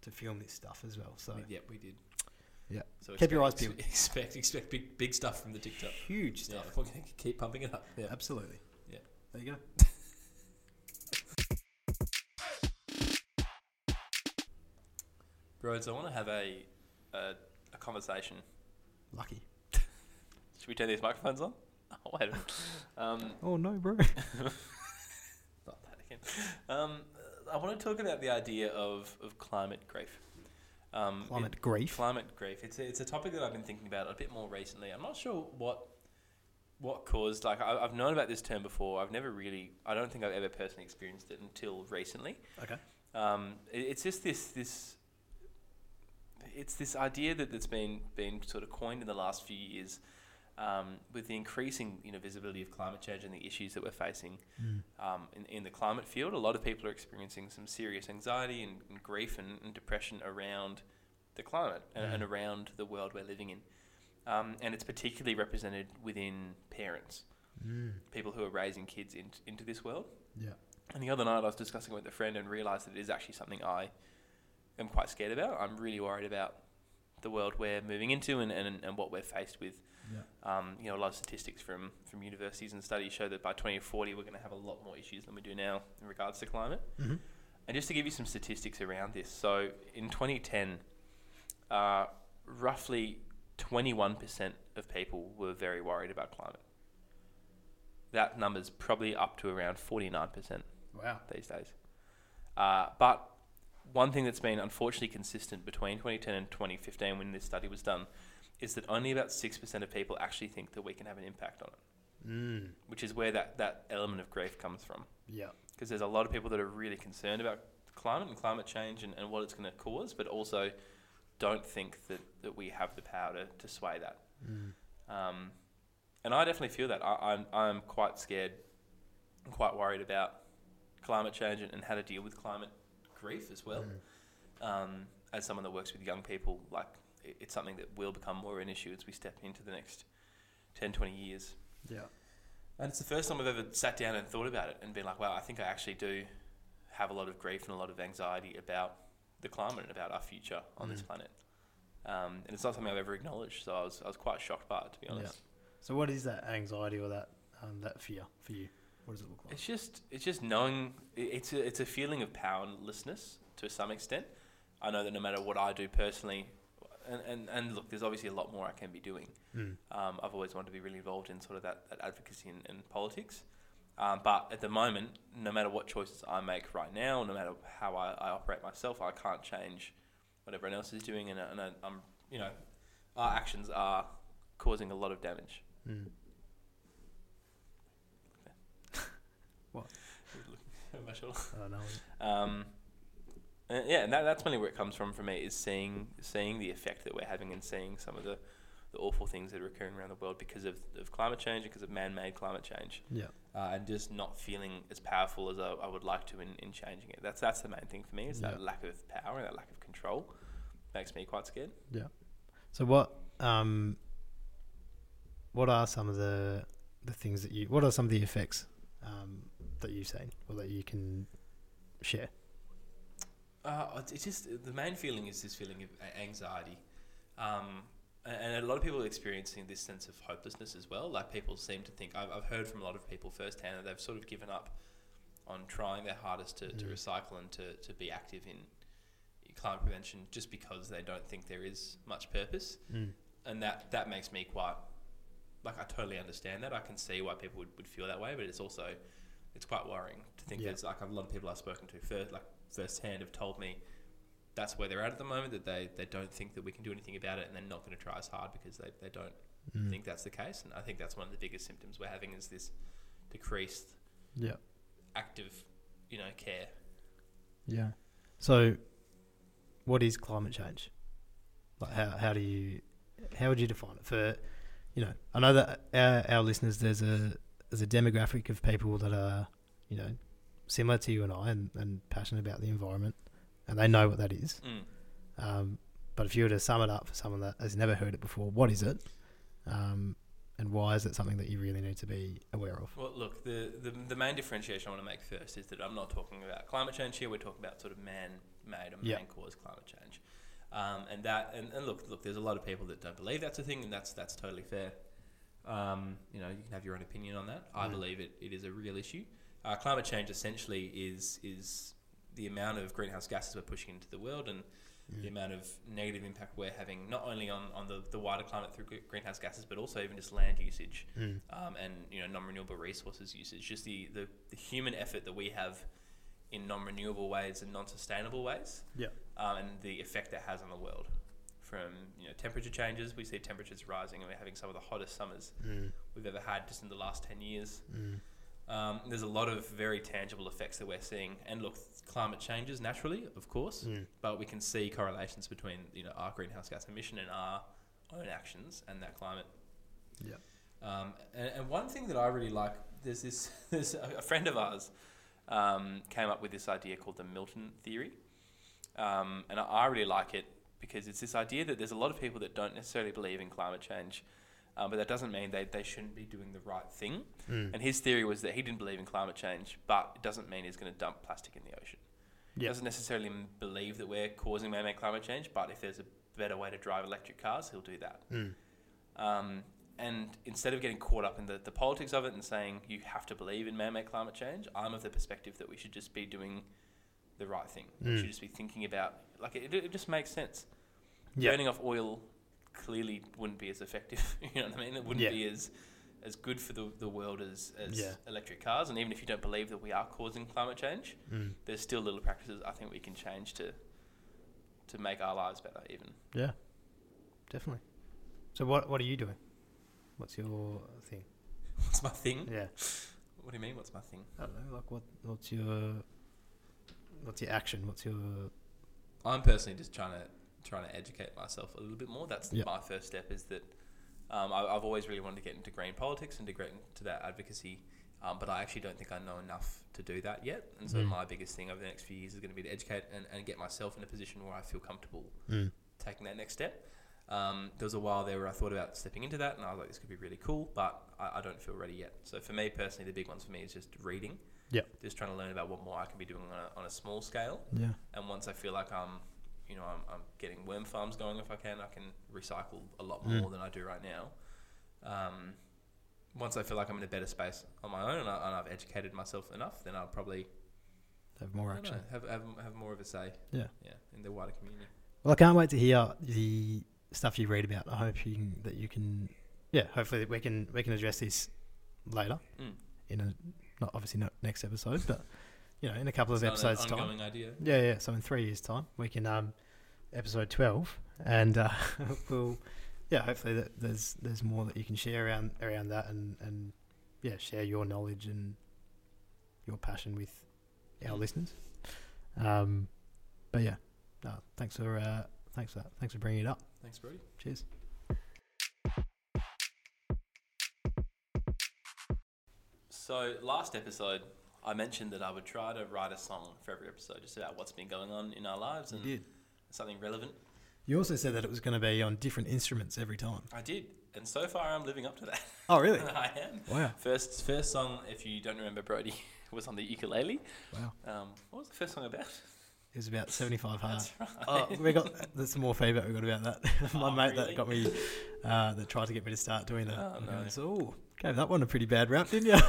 [SPEAKER 1] to film this stuff as well. So
[SPEAKER 2] We- Yep, we did.
[SPEAKER 1] Yeah.
[SPEAKER 2] So
[SPEAKER 1] Keep your
[SPEAKER 2] expect-
[SPEAKER 1] eyes peeled.
[SPEAKER 2] Expect expect big big stuff from the TikTok.
[SPEAKER 1] huge
[SPEAKER 2] Yeah,
[SPEAKER 1] stuff.
[SPEAKER 2] we're gonna keep pumping it up. Yeah.
[SPEAKER 1] Absolutely.
[SPEAKER 2] Yeah.
[SPEAKER 1] There you go.
[SPEAKER 2] Rhodes, I want to have a, a a conversation.
[SPEAKER 1] Lucky.
[SPEAKER 2] Should we turn these microphones on? Oh wait. a minute. um,
[SPEAKER 1] Oh no, bro.
[SPEAKER 2] not that again. Um, I want to talk about the idea of of climate grief. Um, it-
[SPEAKER 1] Climate grief.
[SPEAKER 2] Climate grief. It's a, it's a topic that I've been thinking about a bit more recently. I'm not sure what what caused like I, I've known about this term before. I've never really. I don't think I've ever personally experienced it until recently.
[SPEAKER 1] Okay.
[SPEAKER 2] Um, it, it's just this this. It's this idea that that's been been sort of coined in the last few years, um, with the increasing you know visibility of climate change and the issues that we're facing
[SPEAKER 1] Mm.
[SPEAKER 2] um, in, in the climate field. A lot of people are experiencing some serious anxiety and, and grief and, and depression around the climate and, and
[SPEAKER 1] Mm.
[SPEAKER 2] around the world we're living in. Um, and it's particularly represented within parents,
[SPEAKER 1] Mm.
[SPEAKER 2] people who are raising kids in, into this world.
[SPEAKER 1] Yeah.
[SPEAKER 2] And the other night I was discussing with a friend and realised that it is actually something I am quite scared about. I'm really worried about the world we're moving into and, and, and what we're faced with
[SPEAKER 1] Yeah.
[SPEAKER 2] um, you know, a lot of statistics from, from universities and studies show that by 2040 we're going to have a lot more issues than we do now in regards to climate.
[SPEAKER 1] Mhm.
[SPEAKER 2] And just to give you some statistics around this, so in 2010, uh, roughly 21% of people were very worried about climate. That number's probably up to around 49%
[SPEAKER 1] Wow.
[SPEAKER 2] these days. Uh, but one thing that's been unfortunately consistent between 2010 and 2015, when this study was done, is that only about 6% of people actually think that we can have an impact on it,
[SPEAKER 1] Mm.
[SPEAKER 2] which is where that, that element of grief comes from.
[SPEAKER 1] Yeah.
[SPEAKER 2] Because there's a lot of people that are really concerned about climate and climate change and, and what it's going to cause, but also don't think that, that we have the power to, to sway that.
[SPEAKER 1] Mm.
[SPEAKER 2] Um, and I definitely feel that. I, I'm, I'm quite scared and quite worried about climate change and, and how to deal with climate grief as well.
[SPEAKER 1] mm,
[SPEAKER 2] Um, as someone that works with young people, like it, it's something that will become more an issue as we step into the next 10, 20 years.
[SPEAKER 1] Yeah.
[SPEAKER 2] And it's the first time I've ever sat down and thought about it and been like, wow, I think I actually do have a lot of grief and a lot of anxiety about the climate and about our future on this
[SPEAKER 1] Mm.
[SPEAKER 2] planet. Um, and it's not something I've ever acknowledged, so I was, I was quite shocked by it, to be
[SPEAKER 1] Yeah.
[SPEAKER 2] honest.
[SPEAKER 1] So what is that anxiety or that um, that fear for you? What does it look like?
[SPEAKER 2] It's just it's just knowing i- it's a, it's a feeling of powerlessness to some extent. I know that no matter what I do personally, and, and, and look, there's obviously a lot more I can be doing.
[SPEAKER 1] Mm.
[SPEAKER 2] Um, I've always wanted to be really involved in sort of that, that advocacy and, and politics. Um, but at the moment, no matter what choices I make right now, no matter how I, I operate myself, I can't change what everyone else is doing, and, I- and I, I'm you know our actions are causing a lot of damage.
[SPEAKER 1] Mm.
[SPEAKER 2] Over my shoulder.
[SPEAKER 1] I don't know.
[SPEAKER 2] Um, and yeah, and that, that's mainly where it comes from for me is seeing seeing the effect that we're having and seeing some of the, the awful things that are occurring around the world because of, of climate change and because of man made climate change
[SPEAKER 1] Yeah.
[SPEAKER 2] uh, and just not feeling as powerful as I, I would like to in, in changing it. That's that's the main thing for me is that
[SPEAKER 1] Yeah.
[SPEAKER 2] lack of power and that lack of control makes me quite scared.
[SPEAKER 1] So what um, what are some of the the things that you? What are some of the effects um, that you've seen or that you can share?
[SPEAKER 2] Uh, it's- it's just the main feeling is this feeling of a- anxiety, um, a- and a lot of people are experiencing this sense of hopelessness as well. Like people seem to think I've, I've heard from a lot of people firsthand that they've sort of given up on trying their hardest to, to
[SPEAKER 1] Mm.
[SPEAKER 2] recycle and to, to be active in climate prevention just because they don't think there is much purpose,
[SPEAKER 1] Mm.
[SPEAKER 2] and that that makes me quite like I totally understand that. I can see why people would, would feel that way, but it's also it's quite worrying to think
[SPEAKER 1] Yeah.
[SPEAKER 2] there's like a lot of people I've spoken to first like firsthand have told me that's where they're at at the moment that they, they don't think that we can do anything about it and they're not going to try as hard because they, they don't
[SPEAKER 1] Mm.
[SPEAKER 2] think that's the case and I think that's one of the biggest symptoms we're having is this decreased
[SPEAKER 1] Yeah.
[SPEAKER 2] active you know care
[SPEAKER 1] Yeah. So, what is climate change? Like, how how do you how would you define it for? You know, I know that our, our listeners there's a there's a demographic of people that are you know similar to you and I and, and passionate about the environment, and they know what that is.
[SPEAKER 2] mm.
[SPEAKER 1] Um, but if you were to sum it up for someone that has never heard it before, what is it? Um, and why is it something that you really need to be aware of?
[SPEAKER 2] Well, look, the, the, the main differentiation I want to make first is that I'm not talking about climate change here. We're talking about sort of man-made or
[SPEAKER 1] Yeah.
[SPEAKER 2] man-caused climate change, um, and that and, and look, look, there's a lot of people that don't believe that's a thing, and that's that's totally fair. Um, you know, you can have your own opinion on that. I
[SPEAKER 1] Mm.
[SPEAKER 2] believe it, it is a real issue. Uh, climate change essentially is is the amount of greenhouse gases we're pushing into the world and
[SPEAKER 1] Mm.
[SPEAKER 2] the amount of negative impact we're having not only on, on the, the wider climate through gr- greenhouse gases but also even just land usage
[SPEAKER 1] Mm.
[SPEAKER 2] um, and you know non-renewable resources usage. Just the, the, the human effort that we have in non-renewable ways and non-sustainable ways,
[SPEAKER 1] Yeah.
[SPEAKER 2] um, and the effect that has on the world. From you know temperature changes, we see temperatures rising, and we're having some of the hottest summers
[SPEAKER 1] Mm.
[SPEAKER 2] we've ever had just in the last ten years.
[SPEAKER 1] Mm.
[SPEAKER 2] Um, there's a lot of very tangible effects that we're seeing, and look, climate changes naturally, of course,
[SPEAKER 1] Mm.
[SPEAKER 2] but we can see correlations between you know our greenhouse gas emission and our own actions and that climate.
[SPEAKER 1] Yeah.
[SPEAKER 2] Um, and, and one thing that I really like, there's this, there's a a friend of ours um, came up with this idea called the Milton theory, um, and I, I really like it because it's this idea that there's a lot of people that don't necessarily believe in climate change, um, but that doesn't mean they, they shouldn't be doing the right thing.
[SPEAKER 1] Mm.
[SPEAKER 2] And his theory was that he didn't believe in climate change, but it doesn't mean he's going to dump plastic in the ocean. He
[SPEAKER 1] Yeah.
[SPEAKER 2] doesn't necessarily m- believe that we're causing man-made climate change, but if there's a better way to drive electric cars, he'll do that.
[SPEAKER 1] Mm.
[SPEAKER 2] Um, and instead of getting caught up in the, the politics of it and saying you have to believe in man made climate change, I'm of the perspective that we should just be doing the right thing. We
[SPEAKER 1] Mm.
[SPEAKER 2] should just be thinking about, like, it, it just makes sense.
[SPEAKER 1] Yeah.
[SPEAKER 2] Burning off oil clearly wouldn't be as effective. you know what I mean? It wouldn't
[SPEAKER 1] Yeah.
[SPEAKER 2] be as as good for the, the world as, as
[SPEAKER 1] Yeah.
[SPEAKER 2] electric cars. And even if you don't believe that we are causing climate change,
[SPEAKER 1] Mm.
[SPEAKER 2] there's still little practices I think we can change to to make our lives better. Even
[SPEAKER 1] Yeah, definitely. So what what are you doing? What's your thing?
[SPEAKER 2] what's my thing?
[SPEAKER 1] Yeah,
[SPEAKER 2] What do you mean? What's my thing?
[SPEAKER 1] I don't know. Like what what's your what's your action? What's your
[SPEAKER 2] I'm personally just trying to trying to educate myself a little bit more. That's
[SPEAKER 1] Yeah.
[SPEAKER 2] my first step. Is that um, I, I've always really wanted to get into green politics and to get into that advocacy, um, but I actually don't think I know enough to do that yet. And so
[SPEAKER 1] Mm.
[SPEAKER 2] my biggest thing over the next few years is going to be to educate and, and get myself in a position where I feel comfortable
[SPEAKER 1] mm.
[SPEAKER 2] taking that next step. Um, there was a while there where I thought about stepping into that, and I was like, this could be really cool, but I, I don't feel ready yet. So for me personally, the big ones for me is just reading.
[SPEAKER 1] Yep.
[SPEAKER 2] Just trying to learn about what more I can be doing on a, on a small scale.
[SPEAKER 1] yeah
[SPEAKER 2] And once I feel like I'm, you know, I'm, I'm getting worm farms going if I can, I can recycle a lot
[SPEAKER 1] Mm.
[SPEAKER 2] more than I do right now. Um, once I feel like I'm in a better space on my own and, I, and I've educated myself enough, then I'll probably
[SPEAKER 1] have more
[SPEAKER 2] I don't know,
[SPEAKER 1] action?
[SPEAKER 2] have, have, have more of a say.
[SPEAKER 1] Yeah.
[SPEAKER 2] Yeah. In the wider community.
[SPEAKER 1] Well, I can't wait to hear the stuff you read about. I hope you can, that you can yeah. Hopefully that we can we can address this later
[SPEAKER 2] Mm.
[SPEAKER 1] in a not obviously not next episode, but you know in a couple of
[SPEAKER 2] It's not an
[SPEAKER 1] episodes time.
[SPEAKER 2] ongoing idea.
[SPEAKER 1] Yeah, yeah. So in three years' time, we can um, episode twelve, and uh, we'll yeah, hopefully that there's there's more that you can share around around that, and and yeah, share your knowledge and your passion with our
[SPEAKER 2] Mm.
[SPEAKER 1] listeners. Um, but yeah, no, thanks for uh, thanks for that. Thanks for bringing it up.
[SPEAKER 2] Thanks, Brody.
[SPEAKER 1] Cheers.
[SPEAKER 2] So last episode, I mentioned that I would try to write a song for every episode, just about what's been going on in our lives and something relevant.
[SPEAKER 1] You also said that it was going to be on different instruments every time.
[SPEAKER 2] I did, and so far I'm living up to that.
[SPEAKER 1] Oh, really?
[SPEAKER 2] I am.
[SPEAKER 1] wow!
[SPEAKER 2] First, first song, if you don't remember, Brody was on the ukulele.
[SPEAKER 1] Wow!
[SPEAKER 2] Um, what was the first song about?
[SPEAKER 1] It was about seventy-five hard.
[SPEAKER 2] That's right.
[SPEAKER 1] Oh, we got there's some more feedback we got about that. My
[SPEAKER 2] Oh,
[SPEAKER 1] mate
[SPEAKER 2] really?
[SPEAKER 1] that got me, uh, that tried to get me to start doing that.
[SPEAKER 2] Oh,
[SPEAKER 1] Okay,
[SPEAKER 2] no.
[SPEAKER 1] So ooh, gave that one a pretty bad rap, didn't you?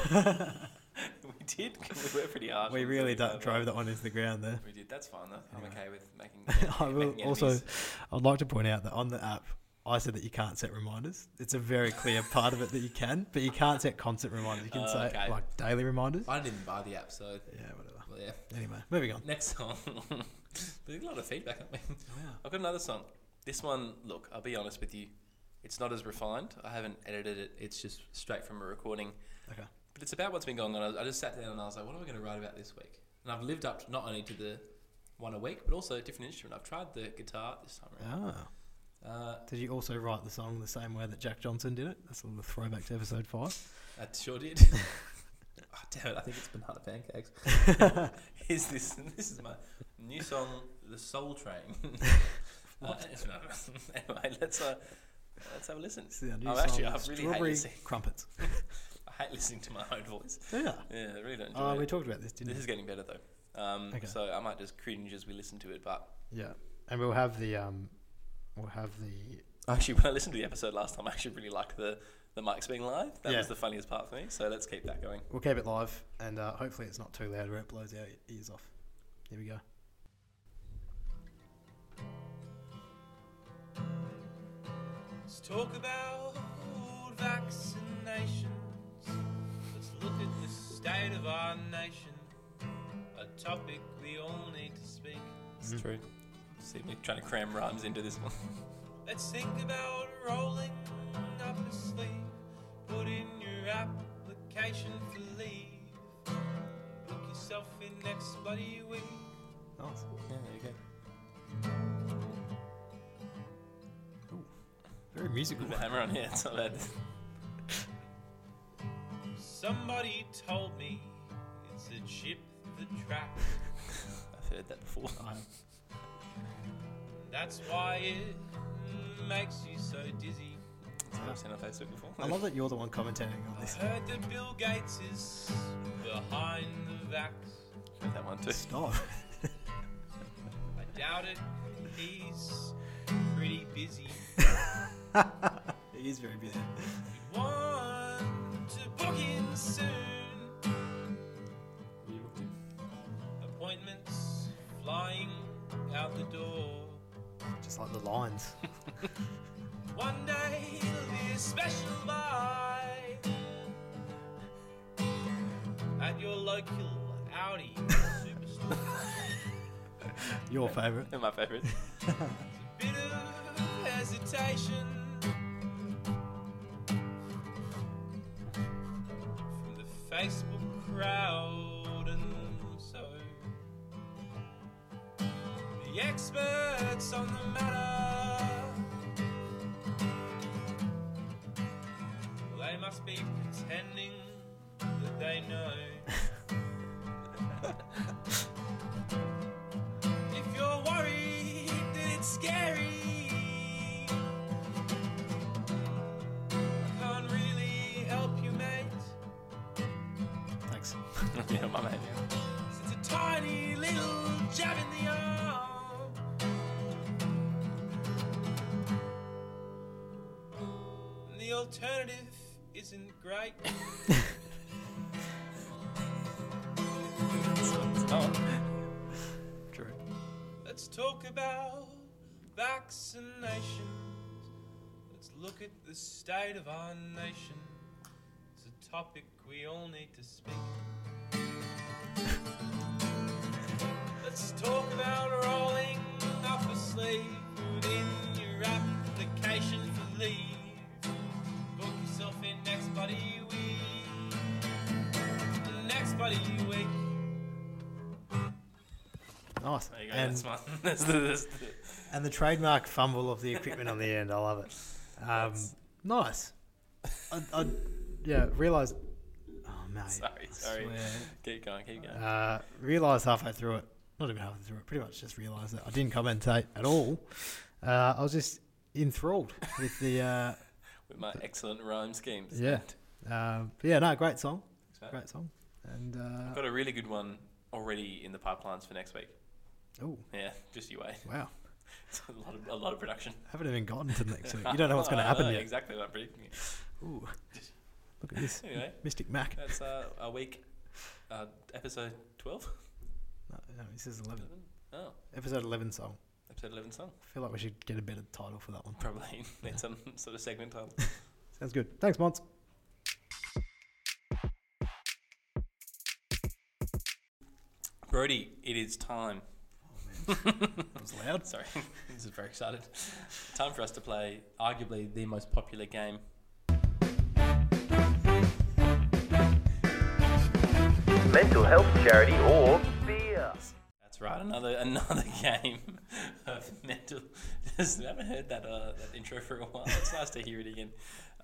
[SPEAKER 2] we did. We were pretty hard.
[SPEAKER 1] we
[SPEAKER 2] on
[SPEAKER 1] really
[SPEAKER 2] Brody,
[SPEAKER 1] d-
[SPEAKER 2] but-
[SPEAKER 1] drove that one into the ground there.
[SPEAKER 2] We did. That's fine though. I'm
[SPEAKER 1] Anyway.
[SPEAKER 2] okay with making.
[SPEAKER 1] I will
[SPEAKER 2] making
[SPEAKER 1] also,
[SPEAKER 2] enemies.
[SPEAKER 1] I'd like to point out that on the app, I said that you can't set reminders. It's a very clear part of it that you can, but you can't set constant reminders. You can
[SPEAKER 2] Oh,
[SPEAKER 1] say
[SPEAKER 2] okay.
[SPEAKER 1] like daily reminders.
[SPEAKER 2] I didn't buy the app, so
[SPEAKER 1] Yeah, whatever.
[SPEAKER 2] well, yeah.
[SPEAKER 1] Anyway, moving on.
[SPEAKER 2] Next song. There's a lot of feedback. I mean,
[SPEAKER 1] Wow.
[SPEAKER 2] I've got another song. This one, look, I'll be honest with you, it's not as refined. I haven't edited it. It's just straight from a recording.
[SPEAKER 1] Okay.
[SPEAKER 2] But it's about what's been going on. I I just sat down and I was like, what am I going to write about this week? And I've lived up not only to the one a week, but also a different instrument. I've tried the guitar this time around.
[SPEAKER 1] Ah.
[SPEAKER 2] Uh,
[SPEAKER 1] Did you also write the song the same way that Jack Johnson did it? That's a little throwback to episode five.
[SPEAKER 2] I sure did. oh, damn it! I think it's banana pancakes. Here's this. This is my new song, "The Soul Train." uh, anyway, let's uh, let's have a listen.
[SPEAKER 1] It's our new
[SPEAKER 2] Oh, actually,
[SPEAKER 1] song,
[SPEAKER 2] I really hate
[SPEAKER 1] Strawberry
[SPEAKER 2] this.
[SPEAKER 1] Crumpets.
[SPEAKER 2] I hate listening to my own voice.
[SPEAKER 1] Yeah.
[SPEAKER 2] Yeah, I really don't enjoy
[SPEAKER 1] Uh,
[SPEAKER 2] it.
[SPEAKER 1] we talked about this, didn't
[SPEAKER 2] this
[SPEAKER 1] we?
[SPEAKER 2] is getting better though. Um,
[SPEAKER 1] Okay.
[SPEAKER 2] So I might just cringe as we listen to it, but
[SPEAKER 1] Yeah. And we'll have the um, we'll have the
[SPEAKER 2] actually, when I listened to the episode last time, I actually really liked the the mics being live. That
[SPEAKER 1] Yeah.
[SPEAKER 2] was the funniest part for me. So let's keep that going.
[SPEAKER 1] we'll keep it live, and uh, hopefully it's not too loud where it blows our ears off. Here we go.
[SPEAKER 2] Let's talk about vaccinations. Let's look at the state of our nation. A topic we all need to speak. It's
[SPEAKER 1] Mhm.
[SPEAKER 2] true. See me trying to cram rhymes into this one.
[SPEAKER 3] Let's think about rolling up a sleeve. Put in your application for leave. Book yourself in next bloody week.
[SPEAKER 1] Nice.
[SPEAKER 2] Yeah, there
[SPEAKER 1] Very musical.
[SPEAKER 2] you go. Hammer on here, it's not bad.
[SPEAKER 3] Somebody told me it's a chip the track.
[SPEAKER 2] I've heard that before.
[SPEAKER 1] I-
[SPEAKER 3] That's why it makes you so dizzy.
[SPEAKER 2] It's what I've seen on Facebook before.
[SPEAKER 1] I love that you're the one commentating on
[SPEAKER 3] I
[SPEAKER 1] this.
[SPEAKER 3] heard that Bill Gates is behind the vax.
[SPEAKER 2] Heard that one too.
[SPEAKER 1] Stop.
[SPEAKER 3] I doubt it. He's pretty busy.
[SPEAKER 1] It is very busy.
[SPEAKER 3] We want to book in soon. Appointments flying out the door.
[SPEAKER 1] Just like the lines.
[SPEAKER 3] One day it'll be a special buy. at your local Audi superstore.
[SPEAKER 1] Your favourite.
[SPEAKER 2] They're my favourite.
[SPEAKER 3] bit of hesitation from the Facebook crowd, and so the experts on the matter. They must be pretending that they know. If you're worried that it's scary, I can't really help you, mate.
[SPEAKER 1] Thanks.
[SPEAKER 2] yeah, my man. Yeah.
[SPEAKER 3] It's a tiny little jab in the arm. And the alternative isn't great.
[SPEAKER 2] Oh,
[SPEAKER 1] True.
[SPEAKER 3] Let's talk about vaccinations. Let's look at the state of our nation. It's a topic we all need to speak. Let's talk about rolling up a sleeve, put in your application for leave. Book yourself in next buddy week. Next buddy week.
[SPEAKER 1] Nice.
[SPEAKER 2] there you go.
[SPEAKER 1] And,
[SPEAKER 2] that's my. That's the, that's the,
[SPEAKER 1] and the trademark fumble of the equipment on the end. I love it. Um, nice. I, I, yeah, realised. Oh, mate.
[SPEAKER 2] sorry,
[SPEAKER 1] I
[SPEAKER 2] sorry.
[SPEAKER 1] swear.
[SPEAKER 2] Keep going, keep going.
[SPEAKER 1] Uh, realised halfway through it, not even halfway through it, pretty much just realised that I didn't commentate at all. Uh, I was just enthralled with the. Uh,
[SPEAKER 2] With my excellent rhyme schemes.
[SPEAKER 1] yeah. Uh, but yeah, no, great song.
[SPEAKER 2] mate.
[SPEAKER 1] Great song. And,
[SPEAKER 2] I've
[SPEAKER 1] uh,
[SPEAKER 2] got a really good one already in the pipelines for next week.
[SPEAKER 1] oh,
[SPEAKER 2] Yeah, just you wait.
[SPEAKER 1] wow.
[SPEAKER 2] It's a lot of, a lot of production.
[SPEAKER 1] Haven't even gotten to the next week. You don't know what's going to
[SPEAKER 2] I
[SPEAKER 1] happen
[SPEAKER 2] know,
[SPEAKER 1] yet.
[SPEAKER 2] Exactly what I'm predicting. it.
[SPEAKER 1] Ooh. Look at this.
[SPEAKER 2] Anyway,
[SPEAKER 1] Mystic Mac.
[SPEAKER 2] that's uh, our week, uh, episode 12.
[SPEAKER 1] No, no, this is 11.
[SPEAKER 2] Oh,
[SPEAKER 1] Episode 11 song.
[SPEAKER 2] episode 11 song.
[SPEAKER 1] I feel like we should get a better title for that one.
[SPEAKER 2] Probably need some sort of segment title.
[SPEAKER 1] Sounds good. Thanks, Mons.
[SPEAKER 2] Brody, it is time.
[SPEAKER 1] That was loud.
[SPEAKER 2] Sorry, this is very excited. Time for us to play arguably the most popular game.
[SPEAKER 4] mental health charity or beer.
[SPEAKER 2] That's right, another another game of mental. Just haven't heard that uh, that intro for a while. It's nice to hear it again.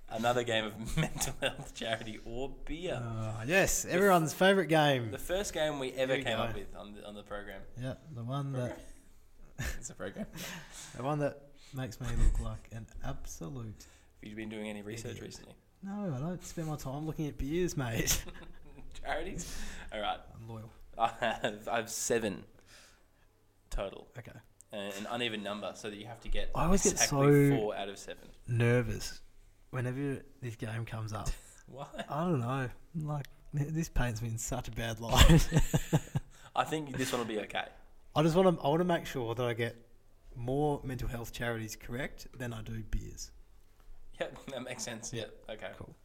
[SPEAKER 2] Another game of mental health charity or beer.
[SPEAKER 1] Ah, yes, everyone's favourite game.
[SPEAKER 2] The first game we ever
[SPEAKER 1] Here we
[SPEAKER 2] came up
[SPEAKER 1] go.
[SPEAKER 2] with on the, on the program.
[SPEAKER 1] Yeah, the one that
[SPEAKER 2] It's a program.
[SPEAKER 1] the one that makes me look like an absolute.
[SPEAKER 2] Have you been doing any research
[SPEAKER 1] Idiot.
[SPEAKER 2] recently?
[SPEAKER 1] No, I don't spend my time looking at beers, mate.
[SPEAKER 2] Charities? All right.
[SPEAKER 1] I'm loyal.
[SPEAKER 2] I have, I have seven total,
[SPEAKER 1] Okay.
[SPEAKER 2] uh, an uneven number, so that you have to get
[SPEAKER 1] I always get
[SPEAKER 2] exactly
[SPEAKER 1] so-
[SPEAKER 2] four out of seven.
[SPEAKER 1] Nervous whenever this game comes up.
[SPEAKER 2] Why?
[SPEAKER 1] I don't know. Like this paints me in such a bad light.
[SPEAKER 2] I think this one will be okay.
[SPEAKER 1] I just want to. I want to make sure that I get more mental health charities correct than I do beers.
[SPEAKER 2] Yep, that makes sense.
[SPEAKER 1] Yeah.
[SPEAKER 2] Yep. Okay.
[SPEAKER 1] Cool.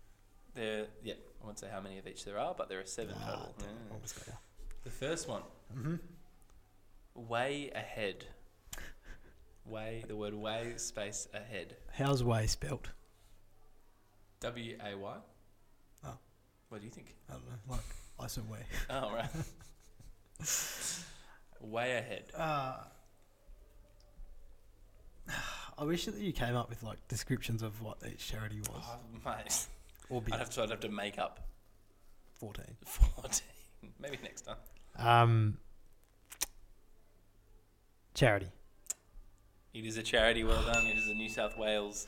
[SPEAKER 2] There, yeah, I won't say how many of each there are, but there are seven
[SPEAKER 1] Ah,
[SPEAKER 2] total.
[SPEAKER 1] damn it,
[SPEAKER 2] Yeah.
[SPEAKER 1] almost got ya.
[SPEAKER 2] The first one. Mm-hmm. Way ahead. Way, the word way, space ahead.
[SPEAKER 1] How's way spelt?
[SPEAKER 2] W A Y.
[SPEAKER 1] Oh.
[SPEAKER 2] What do you think?
[SPEAKER 1] I don't know. Like I said way.
[SPEAKER 2] Oh, right. way ahead.
[SPEAKER 1] Uh, I wish that you came up with like descriptions of what each charity was,
[SPEAKER 2] Oh, mate.
[SPEAKER 1] or beer.
[SPEAKER 2] I'd have to, I'd have to make up
[SPEAKER 1] Fourteen.
[SPEAKER 2] 14. Maybe next time.
[SPEAKER 1] Um, charity.
[SPEAKER 2] It is a charity. Well done. It is a New South Wales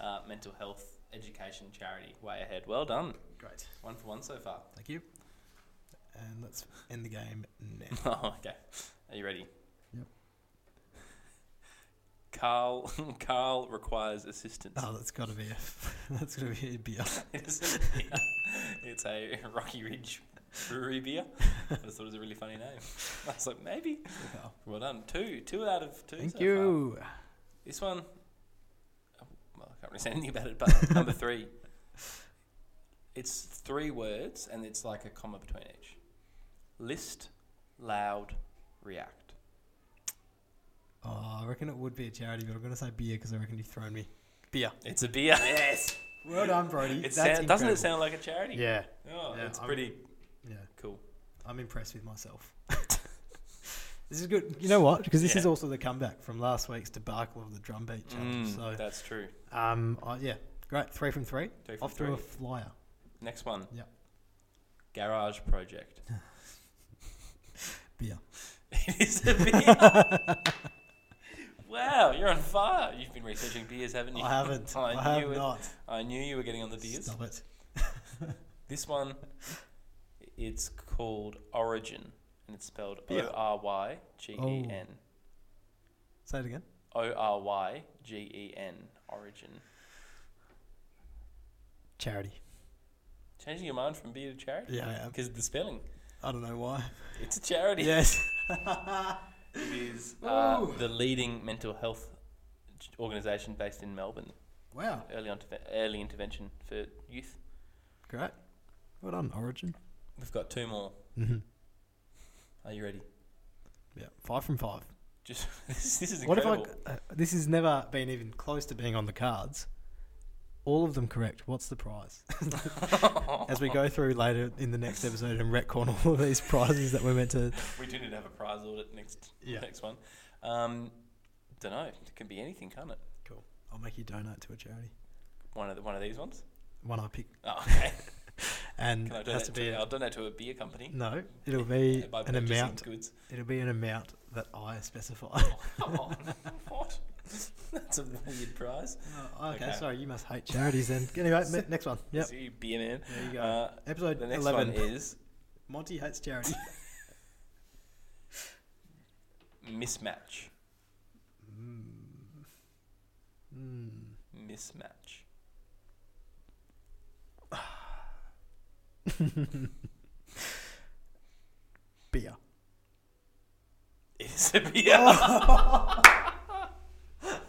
[SPEAKER 2] uh, mental health education charity. Way ahead. Well done.
[SPEAKER 1] Great.
[SPEAKER 2] One for one so far.
[SPEAKER 1] Thank you. And let's end the game now.
[SPEAKER 2] Oh, okay. Are you ready?
[SPEAKER 1] Yep.
[SPEAKER 2] Carl Carl requires assistance.
[SPEAKER 1] Oh, that's got to be a that's got to be a beer.
[SPEAKER 2] It is a beer. it's a Rocky Ridge brewery beer. I just thought it was a really funny name. I was like, maybe. Well done. Two two out of two. so
[SPEAKER 1] Thank
[SPEAKER 2] far.
[SPEAKER 1] you.
[SPEAKER 2] This one, oh, well, I can't really say anything about it, but number three. It's three words and it's like a comma between each. List, loud, react.
[SPEAKER 1] Oh, I reckon it would be a charity, but I'm going to say beer because I reckon you've thrown me. Beer.
[SPEAKER 2] It's a beer. Yes.
[SPEAKER 1] Well done, Brody.
[SPEAKER 2] It
[SPEAKER 1] That's
[SPEAKER 2] sound, doesn't
[SPEAKER 1] incredible.
[SPEAKER 2] it sound like a charity?
[SPEAKER 1] Yeah,
[SPEAKER 2] Oh,
[SPEAKER 1] Yeah,
[SPEAKER 2] it's
[SPEAKER 1] I'm-
[SPEAKER 2] pretty
[SPEAKER 1] yeah.
[SPEAKER 2] cool.
[SPEAKER 1] I'm impressed with myself. this is good. You know what? Because this is
[SPEAKER 2] Yeah.
[SPEAKER 1] also the comeback from last week's debacle of the drum beat challenge.
[SPEAKER 2] Mm,
[SPEAKER 1] so,
[SPEAKER 2] that's true.
[SPEAKER 1] um, I yeah, great. Three from three.
[SPEAKER 2] Three from
[SPEAKER 1] Off to a
[SPEAKER 2] three.
[SPEAKER 1] flyer.
[SPEAKER 2] Next one.
[SPEAKER 1] Yep.
[SPEAKER 2] Garage project.
[SPEAKER 1] Beer.
[SPEAKER 2] it is a beer. wow, you're on fire. You've been researching beers, haven't you?
[SPEAKER 1] I haven't.
[SPEAKER 2] I,
[SPEAKER 1] I, have
[SPEAKER 2] knew it.
[SPEAKER 1] not.
[SPEAKER 2] I knew you were getting on the beers.
[SPEAKER 1] Stop it.
[SPEAKER 2] This one, it's called Origin, and it's spelled
[SPEAKER 1] Yeah.
[SPEAKER 2] O R Y G E N.
[SPEAKER 1] Say it again.
[SPEAKER 2] O R Y G E N. Origin.
[SPEAKER 1] Charity.
[SPEAKER 2] Changing your mind from beer to charity?
[SPEAKER 1] Yeah, I am.
[SPEAKER 2] Because of the spelling.
[SPEAKER 1] I don't know why.
[SPEAKER 2] It's a charity.
[SPEAKER 1] Yes.
[SPEAKER 2] It is uh,
[SPEAKER 1] Ooh.
[SPEAKER 2] the leading mental health organisation based in Melbourne.
[SPEAKER 1] Wow.
[SPEAKER 2] Early, on early intervention for youth.
[SPEAKER 1] Great. Well done, Origin.
[SPEAKER 2] We've got two more.
[SPEAKER 1] Mm-hmm.
[SPEAKER 2] Are you ready?
[SPEAKER 1] Yeah. Five from five.
[SPEAKER 2] Just this, this is
[SPEAKER 1] What
[SPEAKER 2] incredible.
[SPEAKER 1] if I? Uh, this has never been even close to being on the cards. All of them correct. What's the prize? As we go through later in the next episode and retcon all of these prizes that we're meant to.
[SPEAKER 2] we do need to have a prize audit next
[SPEAKER 1] Yeah.
[SPEAKER 2] next one. Um, don't know. It can be anything, can't it?
[SPEAKER 1] Cool. I'll make you donate to a charity.
[SPEAKER 2] One of the, one of these ones.
[SPEAKER 1] One I pick,
[SPEAKER 2] Oh, okay.
[SPEAKER 1] and
[SPEAKER 2] Can I
[SPEAKER 1] it has to
[SPEAKER 2] donate to,
[SPEAKER 1] be a,
[SPEAKER 2] I'll donate to a beer company.
[SPEAKER 1] no. It'll be
[SPEAKER 2] by
[SPEAKER 1] an
[SPEAKER 2] purchasing
[SPEAKER 1] amount.
[SPEAKER 2] Goods.
[SPEAKER 1] It'll be an amount that I specify.
[SPEAKER 2] Come on. Oh, what? That's a weird prize.
[SPEAKER 1] Oh, okay,
[SPEAKER 2] Okay.
[SPEAKER 1] sorry, you must hate charities then. Anyway, me- next one. Yep.
[SPEAKER 2] So you beer man.
[SPEAKER 1] There you go.
[SPEAKER 2] Uh,
[SPEAKER 1] Episode
[SPEAKER 2] the next
[SPEAKER 1] eleven
[SPEAKER 2] one is
[SPEAKER 1] Monty hates charity.
[SPEAKER 2] mismatch.
[SPEAKER 1] mm,
[SPEAKER 2] Mismatch.
[SPEAKER 1] beer.
[SPEAKER 2] It is a beer. oh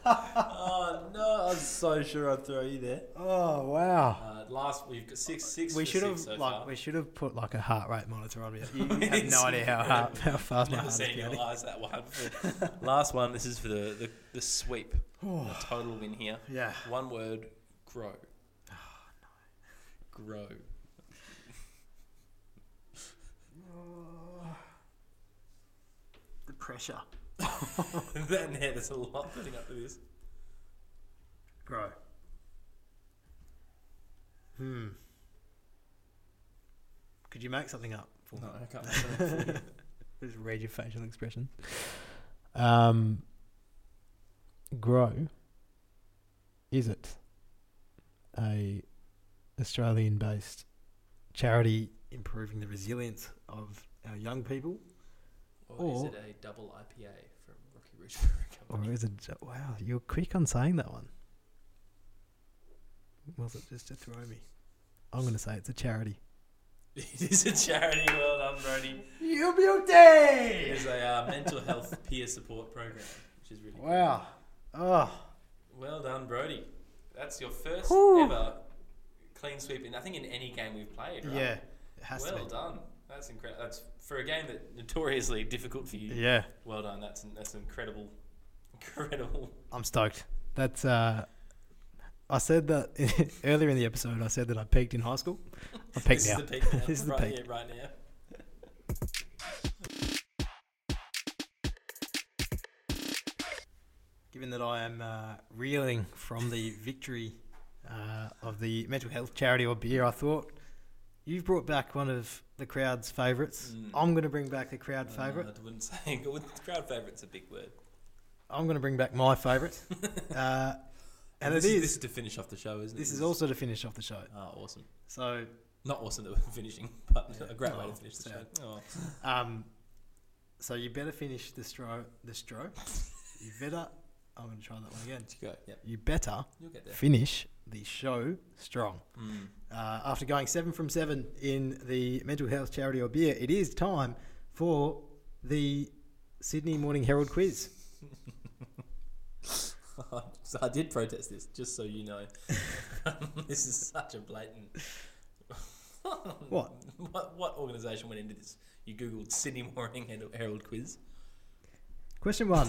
[SPEAKER 2] no! I was so sure I'd throw you there.
[SPEAKER 1] Oh wow.
[SPEAKER 2] Uh, last we've got six six.
[SPEAKER 1] We
[SPEAKER 2] for
[SPEAKER 1] should have
[SPEAKER 2] six so
[SPEAKER 1] like
[SPEAKER 2] far.
[SPEAKER 1] we should have put like a heart rate monitor on me. You have
[SPEAKER 2] It's
[SPEAKER 1] no idea how hard, how fast my
[SPEAKER 2] Never
[SPEAKER 1] heart is
[SPEAKER 2] seen you
[SPEAKER 1] beating.
[SPEAKER 2] eyes that one. last one. This is for the the, the sweep. the total win here.
[SPEAKER 1] Yeah.
[SPEAKER 2] One word. Grow. Grow.
[SPEAKER 1] The pressure.
[SPEAKER 2] that yeah, there's a lot leading up to this.
[SPEAKER 1] Grow. Hmm. Could you make something up for me?
[SPEAKER 2] I can't.
[SPEAKER 1] Just read your facial expression. Um. Grow. Is it a Australian-based charity improving the resilience of our young people?
[SPEAKER 2] or is
[SPEAKER 1] Or-
[SPEAKER 2] it a double IPA from Rocky Ridge Brewing
[SPEAKER 1] Or
[SPEAKER 2] Company?
[SPEAKER 1] is it? ju- Wow, you're quick on saying that one. Was it just to throw me? I'm going to say it's a charity.
[SPEAKER 2] It is a charity. Well done, Brody.
[SPEAKER 1] You
[SPEAKER 2] It
[SPEAKER 1] beauty!
[SPEAKER 2] is a uh, mental health peer support program, which is really cool.
[SPEAKER 1] Wow. Oh,
[SPEAKER 2] Well done, Brody. That's your first
[SPEAKER 1] Whew.
[SPEAKER 2] ever clean sweep in. I think in any game we've played. Right?
[SPEAKER 1] yeah. It has
[SPEAKER 2] well
[SPEAKER 1] to be.
[SPEAKER 2] done. That's incredible. That's for a game that notoriously difficult for you.
[SPEAKER 1] Yeah,
[SPEAKER 2] Well done. That's an, that's incredible, incredible.
[SPEAKER 1] I'm stoked. That's. Uh, I said that earlier in the episode. I said that I peaked in high school. I peaked
[SPEAKER 2] this
[SPEAKER 1] now.
[SPEAKER 2] is the peak. Now.
[SPEAKER 1] this is the
[SPEAKER 2] right
[SPEAKER 1] peak.
[SPEAKER 2] Here, right now.
[SPEAKER 1] Given that I am uh, reeling from the victory uh, of the mental health charity or beer, I thought you've brought back one of the crowd's favourites.
[SPEAKER 2] Mm.
[SPEAKER 1] I'm going to bring back the crowd
[SPEAKER 2] Uh,
[SPEAKER 1] favourite.
[SPEAKER 2] I wouldn't say crowd favourite's a big word.
[SPEAKER 1] I'm going to bring back my favourite. uh, and
[SPEAKER 2] this
[SPEAKER 1] it
[SPEAKER 2] is,
[SPEAKER 1] is.
[SPEAKER 2] this is to finish off the show, isn't it?
[SPEAKER 1] This is also to finish off the show.
[SPEAKER 2] Oh, awesome.
[SPEAKER 1] So
[SPEAKER 2] Not awesome that we're finishing, but a great way
[SPEAKER 1] Oh,
[SPEAKER 2] to finish the show.
[SPEAKER 1] sad.
[SPEAKER 2] Oh.
[SPEAKER 1] Um, so you better finish the stro. The stro. you better. I'm going to try that one again.
[SPEAKER 2] To go. Yep.
[SPEAKER 1] You better
[SPEAKER 2] You'll get there.
[SPEAKER 1] finish the show strong.
[SPEAKER 2] Mm.
[SPEAKER 1] Uh, after going seven from seven in the mental health charity or beer, it is time for the Sydney Morning Herald quiz.
[SPEAKER 2] so I did protest this, just so you know. this is such a blatant.
[SPEAKER 1] What?
[SPEAKER 2] What, what organisation went into this? You googled Sydney Morning Herald- Herald quiz.
[SPEAKER 1] Question one.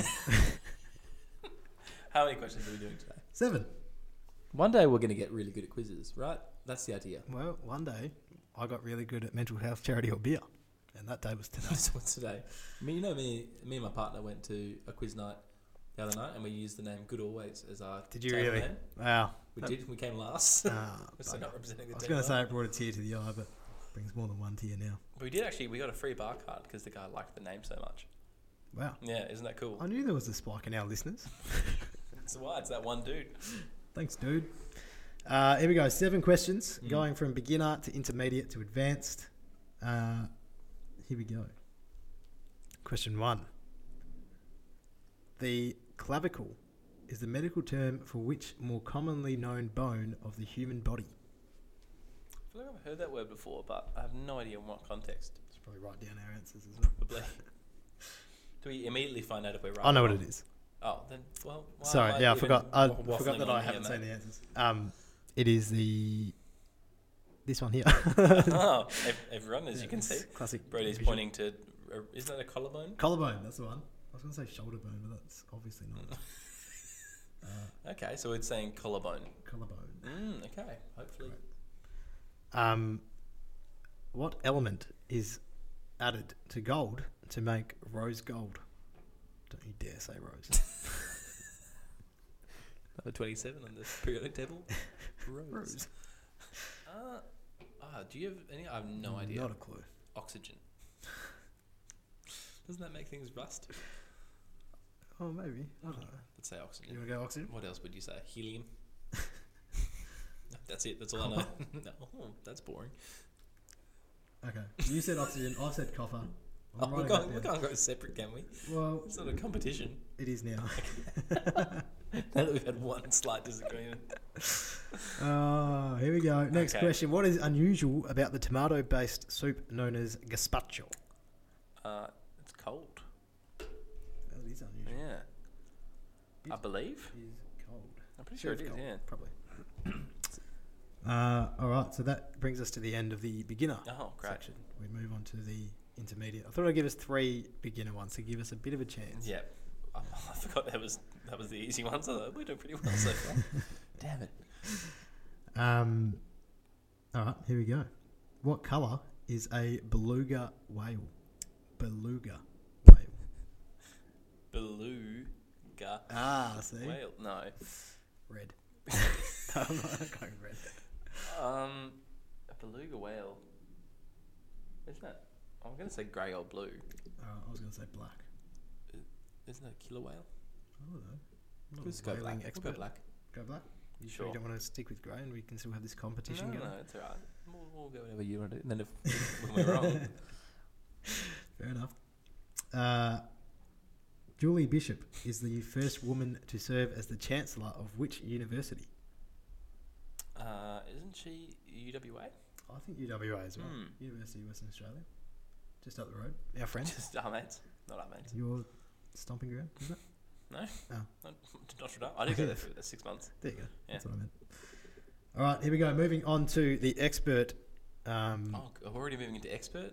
[SPEAKER 2] How many questions are we doing today?
[SPEAKER 1] Seven.
[SPEAKER 2] One day we're going to get really good at quizzes, right? That's the idea.
[SPEAKER 1] Well, one day I got really good at mental health charity or beer, and that day was today.
[SPEAKER 2] That's what today. I mean, you know, me, me and my partner went to a quiz night the other night, and we used the name Good Always as our.
[SPEAKER 1] Did you
[SPEAKER 2] table
[SPEAKER 1] really?
[SPEAKER 2] name.
[SPEAKER 1] Wow.
[SPEAKER 2] We
[SPEAKER 1] That-
[SPEAKER 2] did. We came last.
[SPEAKER 1] Ah,
[SPEAKER 2] so
[SPEAKER 1] bugger.
[SPEAKER 2] not representing
[SPEAKER 1] I
[SPEAKER 2] the
[SPEAKER 1] was
[SPEAKER 2] team
[SPEAKER 1] going to
[SPEAKER 2] well.
[SPEAKER 1] say it brought a tear to the eye, but brings more than one tear now.
[SPEAKER 2] But we did actually. We got a free bar card because the guy liked the name so much.
[SPEAKER 1] Wow.
[SPEAKER 2] Yeah, isn't that cool?
[SPEAKER 1] I knew there was a spike in our listeners.
[SPEAKER 2] That's why it's that one dude.
[SPEAKER 1] Thanks, dude. Uh, here we go. Seven questions going from beginner to intermediate to advanced. Uh, here we go. Question one The clavicle is the medical term for which more commonly known bone of the human body?
[SPEAKER 2] I feel like I've heard that word before, but I have no idea in what context.
[SPEAKER 1] Let's probably write down our answers as well.
[SPEAKER 2] Probably. Do we immediately find out if we're right?
[SPEAKER 1] I know
[SPEAKER 2] or
[SPEAKER 1] what it
[SPEAKER 2] not?
[SPEAKER 1] is.
[SPEAKER 2] Oh, then well. why am
[SPEAKER 1] Sorry, yeah, I
[SPEAKER 2] even
[SPEAKER 1] forgot. I
[SPEAKER 2] waffling
[SPEAKER 1] forgot that
[SPEAKER 2] on
[SPEAKER 1] I
[SPEAKER 2] here,
[SPEAKER 1] haven't
[SPEAKER 2] mate?
[SPEAKER 1] seen the answers. Um, it is the this one here.
[SPEAKER 2] oh, ev- everyone, as you can see,
[SPEAKER 1] classic.
[SPEAKER 2] Brody's
[SPEAKER 1] visual.
[SPEAKER 2] pointing to. uh, Isn't that a collarbone?
[SPEAKER 1] Collarbone, that's the one. I was going to say shoulder bone, but that's obviously not it.
[SPEAKER 2] Mm. Okay, so it's saying collarbone.
[SPEAKER 1] collarbone.
[SPEAKER 2] Mm, okay, hopefully.
[SPEAKER 1] Um, what element is added to gold to make rose gold? Don't you dare say rose.
[SPEAKER 2] Number 27 on the periodic table. Rose. Uh, ah, do you have any? I have no idea.
[SPEAKER 1] Not a clue.
[SPEAKER 2] Oxygen. Doesn't that make things rust?
[SPEAKER 1] Oh, maybe. I don't know.
[SPEAKER 2] Let's say oxygen.
[SPEAKER 1] You want to go oxygen?
[SPEAKER 2] What else would you say? Helium. that's it. That's all I know. no, that's boring.
[SPEAKER 1] Okay. You said oxygen. I've said copper. I'm
[SPEAKER 2] Oh, we're
[SPEAKER 1] writing
[SPEAKER 2] going.
[SPEAKER 1] that
[SPEAKER 2] We're
[SPEAKER 1] down.
[SPEAKER 2] going to go separate, can we?
[SPEAKER 1] Well,
[SPEAKER 2] It's not a competition.
[SPEAKER 1] it is now.
[SPEAKER 2] Now that we've had one slight disagreement.
[SPEAKER 1] Oh, here we go. Next
[SPEAKER 2] Okay.
[SPEAKER 1] question. What is unusual about the tomato based soup known as gazpacho?
[SPEAKER 2] Uh, it's cold.
[SPEAKER 1] That is unusual.
[SPEAKER 2] Yeah. I believe.
[SPEAKER 1] It is cold.
[SPEAKER 2] I'm pretty sure it
[SPEAKER 1] it's
[SPEAKER 2] is.
[SPEAKER 1] cold,
[SPEAKER 2] Yeah.
[SPEAKER 1] Probably. uh, all right, so that brings us to the end of the beginner
[SPEAKER 2] Oh, great.
[SPEAKER 1] section. We move on to the intermediate. I thought I'd give us three beginner ones to give us a bit of a chance.
[SPEAKER 2] Yeah. I, I forgot that was that was the easy one. So we're doing pretty well so far. Damn it.
[SPEAKER 1] Um, all right, here we go. What colour is a beluga whale? Beluga whale.
[SPEAKER 2] Beluga
[SPEAKER 1] Ah, see?
[SPEAKER 2] whale. No.
[SPEAKER 1] Red. I'm not going red.
[SPEAKER 2] Um, a beluga whale. Isn't that? I'm gonna say grey or blue.
[SPEAKER 1] Uh, I was going to say black.
[SPEAKER 2] Isn't that a killer whale?
[SPEAKER 1] I don't know. I'm not
[SPEAKER 2] Let's
[SPEAKER 1] a
[SPEAKER 2] go
[SPEAKER 1] whaling
[SPEAKER 2] black. We'll go
[SPEAKER 1] expert.
[SPEAKER 2] black.
[SPEAKER 1] Go black? You sure,
[SPEAKER 2] Sure.
[SPEAKER 1] you don't want to stick with grey and we can still have this
[SPEAKER 2] No,
[SPEAKER 1] competition
[SPEAKER 2] no,
[SPEAKER 1] going?
[SPEAKER 2] no, it's alright. We'll, we'll go whatever you want to do. And then if when we're wrong,
[SPEAKER 1] Fair enough. Uh, Julie Bishop is the first woman to serve as the Chancellor of which university?
[SPEAKER 2] uh, isn't she UWA?
[SPEAKER 1] I think UWA as well.
[SPEAKER 2] Hmm.
[SPEAKER 1] University of Western Australia. Just up the road. Our friend.
[SPEAKER 2] Just our mates, not our mates.
[SPEAKER 1] Your stomping ground, is it?
[SPEAKER 2] No.
[SPEAKER 1] Oh.
[SPEAKER 2] Not, Notre Dame. I did go there for six months.
[SPEAKER 1] There you go.
[SPEAKER 2] Yeah.
[SPEAKER 1] That's what I meant. All right, here we go. Moving on to the expert. Um,
[SPEAKER 2] Oh, g- we're already moving into expert.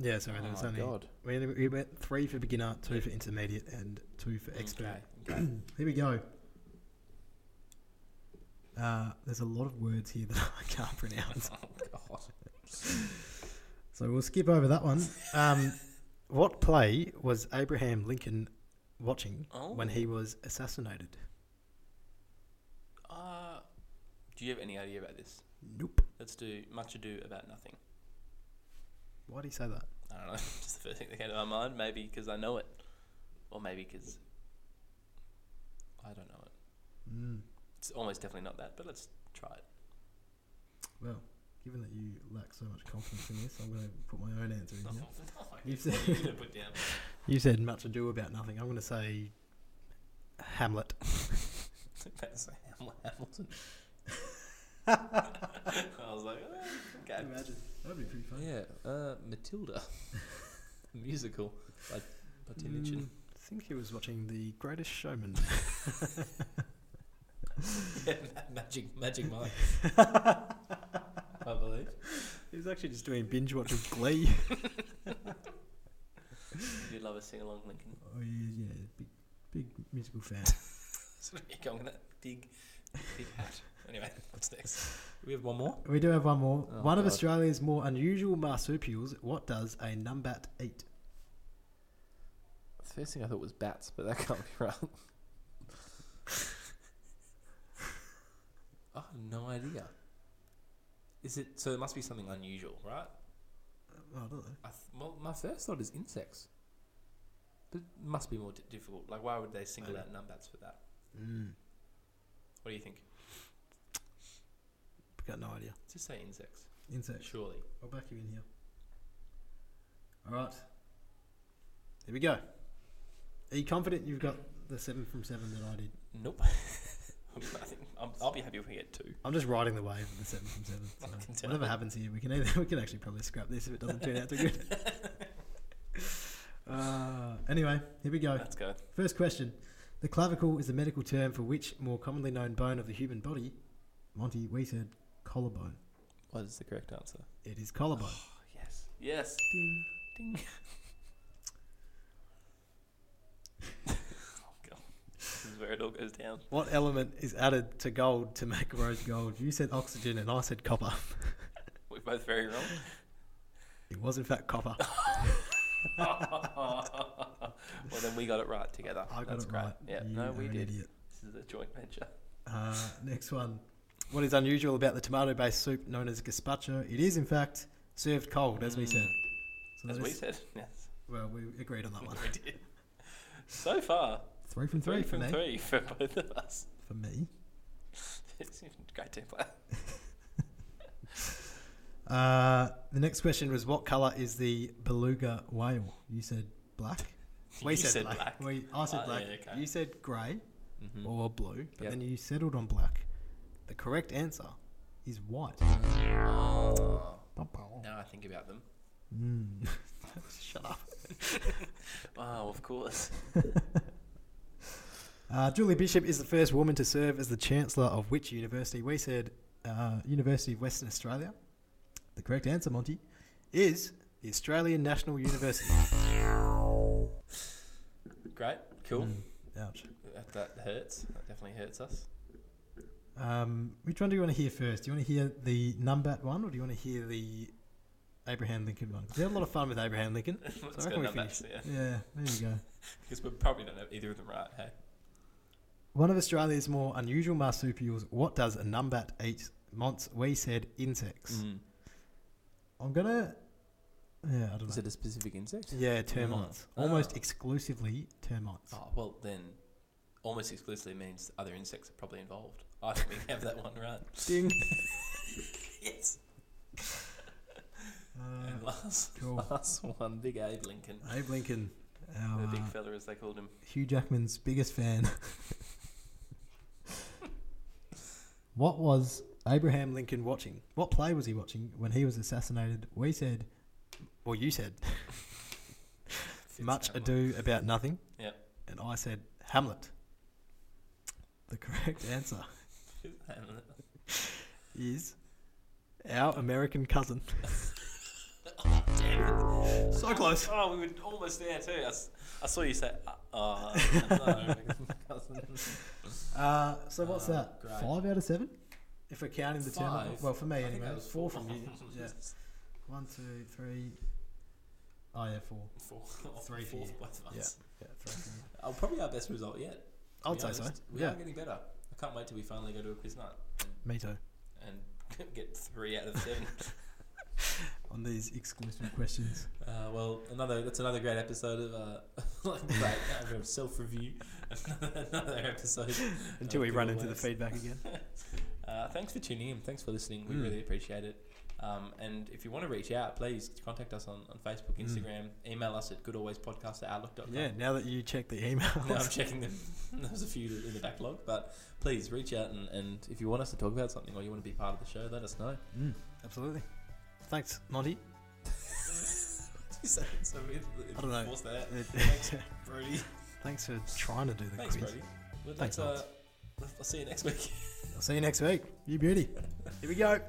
[SPEAKER 1] Yeah, sorry,
[SPEAKER 2] oh
[SPEAKER 1] there was
[SPEAKER 2] my
[SPEAKER 1] only
[SPEAKER 2] God.
[SPEAKER 1] We, only- we went three for beginner, two for intermediate, and two for expert.
[SPEAKER 2] Okay. okay.
[SPEAKER 1] Here we go. Uh, there's a lot of words here that I can't pronounce,
[SPEAKER 2] oh God.
[SPEAKER 1] so we'll skip over that one. Um, what play was Abraham Lincoln watching when
[SPEAKER 2] Oh.
[SPEAKER 1] he was assassinated?
[SPEAKER 2] Uh, do you have any idea about this?
[SPEAKER 1] Nope.
[SPEAKER 2] Let's do much ado about nothing.
[SPEAKER 1] Why do you say that?
[SPEAKER 2] I don't know. Just the first thing that came to my mind. Maybe because I know it, or maybe because I don't know it.
[SPEAKER 1] Mm.
[SPEAKER 2] It's almost definitely not that. But let's try it.
[SPEAKER 1] Well, given that you lack so much confidence in this, I'm going to put my own answer in
[SPEAKER 2] No,
[SPEAKER 1] here.
[SPEAKER 2] no,
[SPEAKER 1] You've
[SPEAKER 2] what are you
[SPEAKER 1] said-
[SPEAKER 2] gonna put down?
[SPEAKER 1] You said much ado about nothing. I'm going to say Hamlet.
[SPEAKER 2] That's Ham- Hamilton. I was like, oh, okay.
[SPEAKER 1] Imagine. That'd be pretty funny.
[SPEAKER 2] Yeah, uh, Matilda, musical by, by Tim Minchin.
[SPEAKER 1] I think he was watching The Greatest Showman.
[SPEAKER 2] Yeah,
[SPEAKER 5] Mm.
[SPEAKER 2] ma- magic, magic Mike. I believe.
[SPEAKER 1] he was actually just doing binge watching Glee.
[SPEAKER 2] sing along, Lincoln.
[SPEAKER 6] Oh, yeah, yeah, big, big musical fan.
[SPEAKER 2] So you're going with that big, big hat. Anyway, what's next?
[SPEAKER 6] we have one more.
[SPEAKER 1] We do have one more.
[SPEAKER 6] Oh,
[SPEAKER 1] One of
[SPEAKER 6] God.
[SPEAKER 1] Australia's more unusual marsupials. What does a numbat eat?
[SPEAKER 5] The first thing I thought was bats, but that can't be right.
[SPEAKER 2] I have no idea. Is it so? It must be something unusual, right?
[SPEAKER 1] oh,
[SPEAKER 6] I don't know.
[SPEAKER 2] I th- well, my first thought is insects, but it must be more di difficult. Like, why would they single out numbats for that?
[SPEAKER 1] Mm,
[SPEAKER 2] What do you think?
[SPEAKER 1] got no idea.
[SPEAKER 2] Just say insects,
[SPEAKER 6] Insects.
[SPEAKER 2] surely.
[SPEAKER 6] I'll back you in here.
[SPEAKER 1] All right. Here we go. Are you confident you've got the seven from seven that I did?
[SPEAKER 2] Nope. I think I'm, I'll be happy if we get two.
[SPEAKER 1] I'm just riding the wave of the seven from seven. so
[SPEAKER 2] tell.
[SPEAKER 1] whatever happens here, we can either, we can actually probably scrap this if it doesn't turn out too good. Uh, anyway, here we go.
[SPEAKER 2] Let's go.
[SPEAKER 1] First question: The clavicle is the medical term for which more commonly known bone of the human body? Monty, we said collarbone.
[SPEAKER 2] What is the correct answer?
[SPEAKER 1] It is collarbone.
[SPEAKER 2] Yes. Yes.
[SPEAKER 6] Ding.
[SPEAKER 2] Oh, Ding. oh, God. This is where it all goes down.
[SPEAKER 1] What element is added to gold to make rose gold? You said oxygen and I said copper.
[SPEAKER 2] We're both very wrong.
[SPEAKER 1] It was in fact copper.
[SPEAKER 2] well, then we got it right together.
[SPEAKER 1] I got
[SPEAKER 2] That's
[SPEAKER 1] it
[SPEAKER 2] great.
[SPEAKER 1] right.
[SPEAKER 2] Yeah,
[SPEAKER 1] You
[SPEAKER 2] no,
[SPEAKER 1] are
[SPEAKER 2] we
[SPEAKER 1] an
[SPEAKER 2] did.
[SPEAKER 1] idiot.
[SPEAKER 2] This is a joint venture.
[SPEAKER 1] Uh, next one. What is unusual about the tomato-based soup known as gazpacho? It is in fact served cold, as we said. So
[SPEAKER 2] As
[SPEAKER 1] that
[SPEAKER 2] we
[SPEAKER 1] is-
[SPEAKER 2] said. Yes.
[SPEAKER 1] Well, we agreed on that one.
[SPEAKER 2] We did. So far,
[SPEAKER 1] Three from three,
[SPEAKER 2] three,
[SPEAKER 1] for
[SPEAKER 2] from
[SPEAKER 1] me.
[SPEAKER 2] three for both of us.
[SPEAKER 1] For me.
[SPEAKER 2] It's even great team player.
[SPEAKER 1] Uh, the next question was, what colour is the beluga whale? You said black. We
[SPEAKER 2] You
[SPEAKER 1] said,
[SPEAKER 2] said
[SPEAKER 1] black.
[SPEAKER 2] black.
[SPEAKER 1] We, I said
[SPEAKER 2] Oh,
[SPEAKER 1] black.
[SPEAKER 2] yeah, okay.
[SPEAKER 1] You said grey
[SPEAKER 5] Mm-hmm.
[SPEAKER 2] Mhm.
[SPEAKER 1] or blue, but
[SPEAKER 2] Yep.
[SPEAKER 1] then you settled on black. The correct answer is white.
[SPEAKER 2] Oh, now I think about them.
[SPEAKER 1] Mm. Shut up.
[SPEAKER 2] Oh, of course.
[SPEAKER 1] Uh, Julie Bishop is the first woman to serve as the Chancellor of which university? We said uh, University of Western Australia. The correct answer, Monty, is the Australian National University.
[SPEAKER 2] Great. Cool.
[SPEAKER 1] Mm, Ouch.
[SPEAKER 2] That, that hurts. That definitely hurts us.
[SPEAKER 1] Um, which one do you want to hear first? Do you want to hear the Numbat one or do you want to hear the Abraham Lincoln one? 'Cause we had a lot of fun with Abraham Lincoln.
[SPEAKER 2] Let's
[SPEAKER 1] I reckon
[SPEAKER 2] go
[SPEAKER 1] we
[SPEAKER 2] numbers. Yeah.
[SPEAKER 1] yeah, there you go.
[SPEAKER 2] Because we probably don't have either of them right. Hey.
[SPEAKER 1] One of Australia's more unusual marsupials. What does a numbat eat? Monts, we said insects.
[SPEAKER 2] Mm-hmm.
[SPEAKER 1] I'm gonna. Yeah, I don't
[SPEAKER 5] Is
[SPEAKER 1] know.
[SPEAKER 5] it a specific insect?
[SPEAKER 1] Yeah, termites.
[SPEAKER 2] Ah.
[SPEAKER 1] Almost exclusively termites.
[SPEAKER 2] Oh, well, then almost exclusively means other insects are probably involved. I think we can have that one right.
[SPEAKER 1] Ding.
[SPEAKER 2] Yes. And
[SPEAKER 1] Uh,
[SPEAKER 2] last,
[SPEAKER 1] cool.
[SPEAKER 2] last one, Big Abe Lincoln.
[SPEAKER 1] Abe Lincoln, our
[SPEAKER 2] The big
[SPEAKER 1] uh,
[SPEAKER 2] fella, as they called him.
[SPEAKER 1] Hugh Jackman's biggest fan. what was Abraham Lincoln watching? What play was he watching when he was assassinated? We said, or you said,
[SPEAKER 2] Fits
[SPEAKER 1] Much
[SPEAKER 2] that one.
[SPEAKER 1] Ado About Nothing.
[SPEAKER 2] Yep.
[SPEAKER 1] And I said, Hamlet. The correct answer is our American cousin. so close.
[SPEAKER 2] Oh, we were almost there too. I, s- I saw you say, uh, uh, no.
[SPEAKER 1] Uh, so what's
[SPEAKER 2] Uh,
[SPEAKER 1] that?
[SPEAKER 2] great.
[SPEAKER 1] Five out of seven? If we're counting the turn.
[SPEAKER 2] Five?
[SPEAKER 1] Well, for me
[SPEAKER 2] I think
[SPEAKER 1] anyway.
[SPEAKER 2] that
[SPEAKER 1] It's
[SPEAKER 2] was
[SPEAKER 1] four
[SPEAKER 2] four.
[SPEAKER 1] from you. yeah. One, two, three. Oh, yeah, four.
[SPEAKER 2] Four,
[SPEAKER 1] Three for
[SPEAKER 2] four
[SPEAKER 1] you.
[SPEAKER 2] for both of
[SPEAKER 1] Yeah.
[SPEAKER 2] us.
[SPEAKER 1] Yeah, three from you.
[SPEAKER 2] Oh, probably our best result yet. to
[SPEAKER 1] I'd
[SPEAKER 2] be
[SPEAKER 1] say so.
[SPEAKER 2] honest. We
[SPEAKER 1] yeah,
[SPEAKER 2] are getting better. I can't wait till we finally go to a quiz night
[SPEAKER 1] me too.
[SPEAKER 2] and, and get three out of seven.
[SPEAKER 1] On these exclusive questions.
[SPEAKER 2] Uh, well, another that's another great episode of uh, like great self review. another episode.
[SPEAKER 1] Until
[SPEAKER 2] of
[SPEAKER 1] we run into the
[SPEAKER 2] Giveaways.
[SPEAKER 1] feedback again.
[SPEAKER 2] Uh, thanks for tuning in. Thanks for listening.
[SPEAKER 1] Hmm.
[SPEAKER 2] We really appreciate it. Um, and if you want to reach out, please contact us on, on Facebook, Instagram, email us at goodalwayspodcast at outlook.com.
[SPEAKER 1] Hmm. Yeah, now that you check the email.
[SPEAKER 2] Now I'm checking them. There's a few in the backlog, but please reach out and, and if you want us to talk about something or you want to be part of the show, let us know.
[SPEAKER 1] Mm, Absolutely. Thanks, Monty.
[SPEAKER 2] You sound so weird.
[SPEAKER 1] I don't know.
[SPEAKER 2] Force that.
[SPEAKER 1] Thanks,
[SPEAKER 2] Brody.
[SPEAKER 1] Thanks for trying to do the
[SPEAKER 2] Thanks,
[SPEAKER 1] quiz.
[SPEAKER 2] Brody. Well,
[SPEAKER 1] Thanks,
[SPEAKER 2] let's, uh,
[SPEAKER 1] Lance.
[SPEAKER 2] I'll see you next week.
[SPEAKER 1] I'll see you next week. You beauty. Here we go.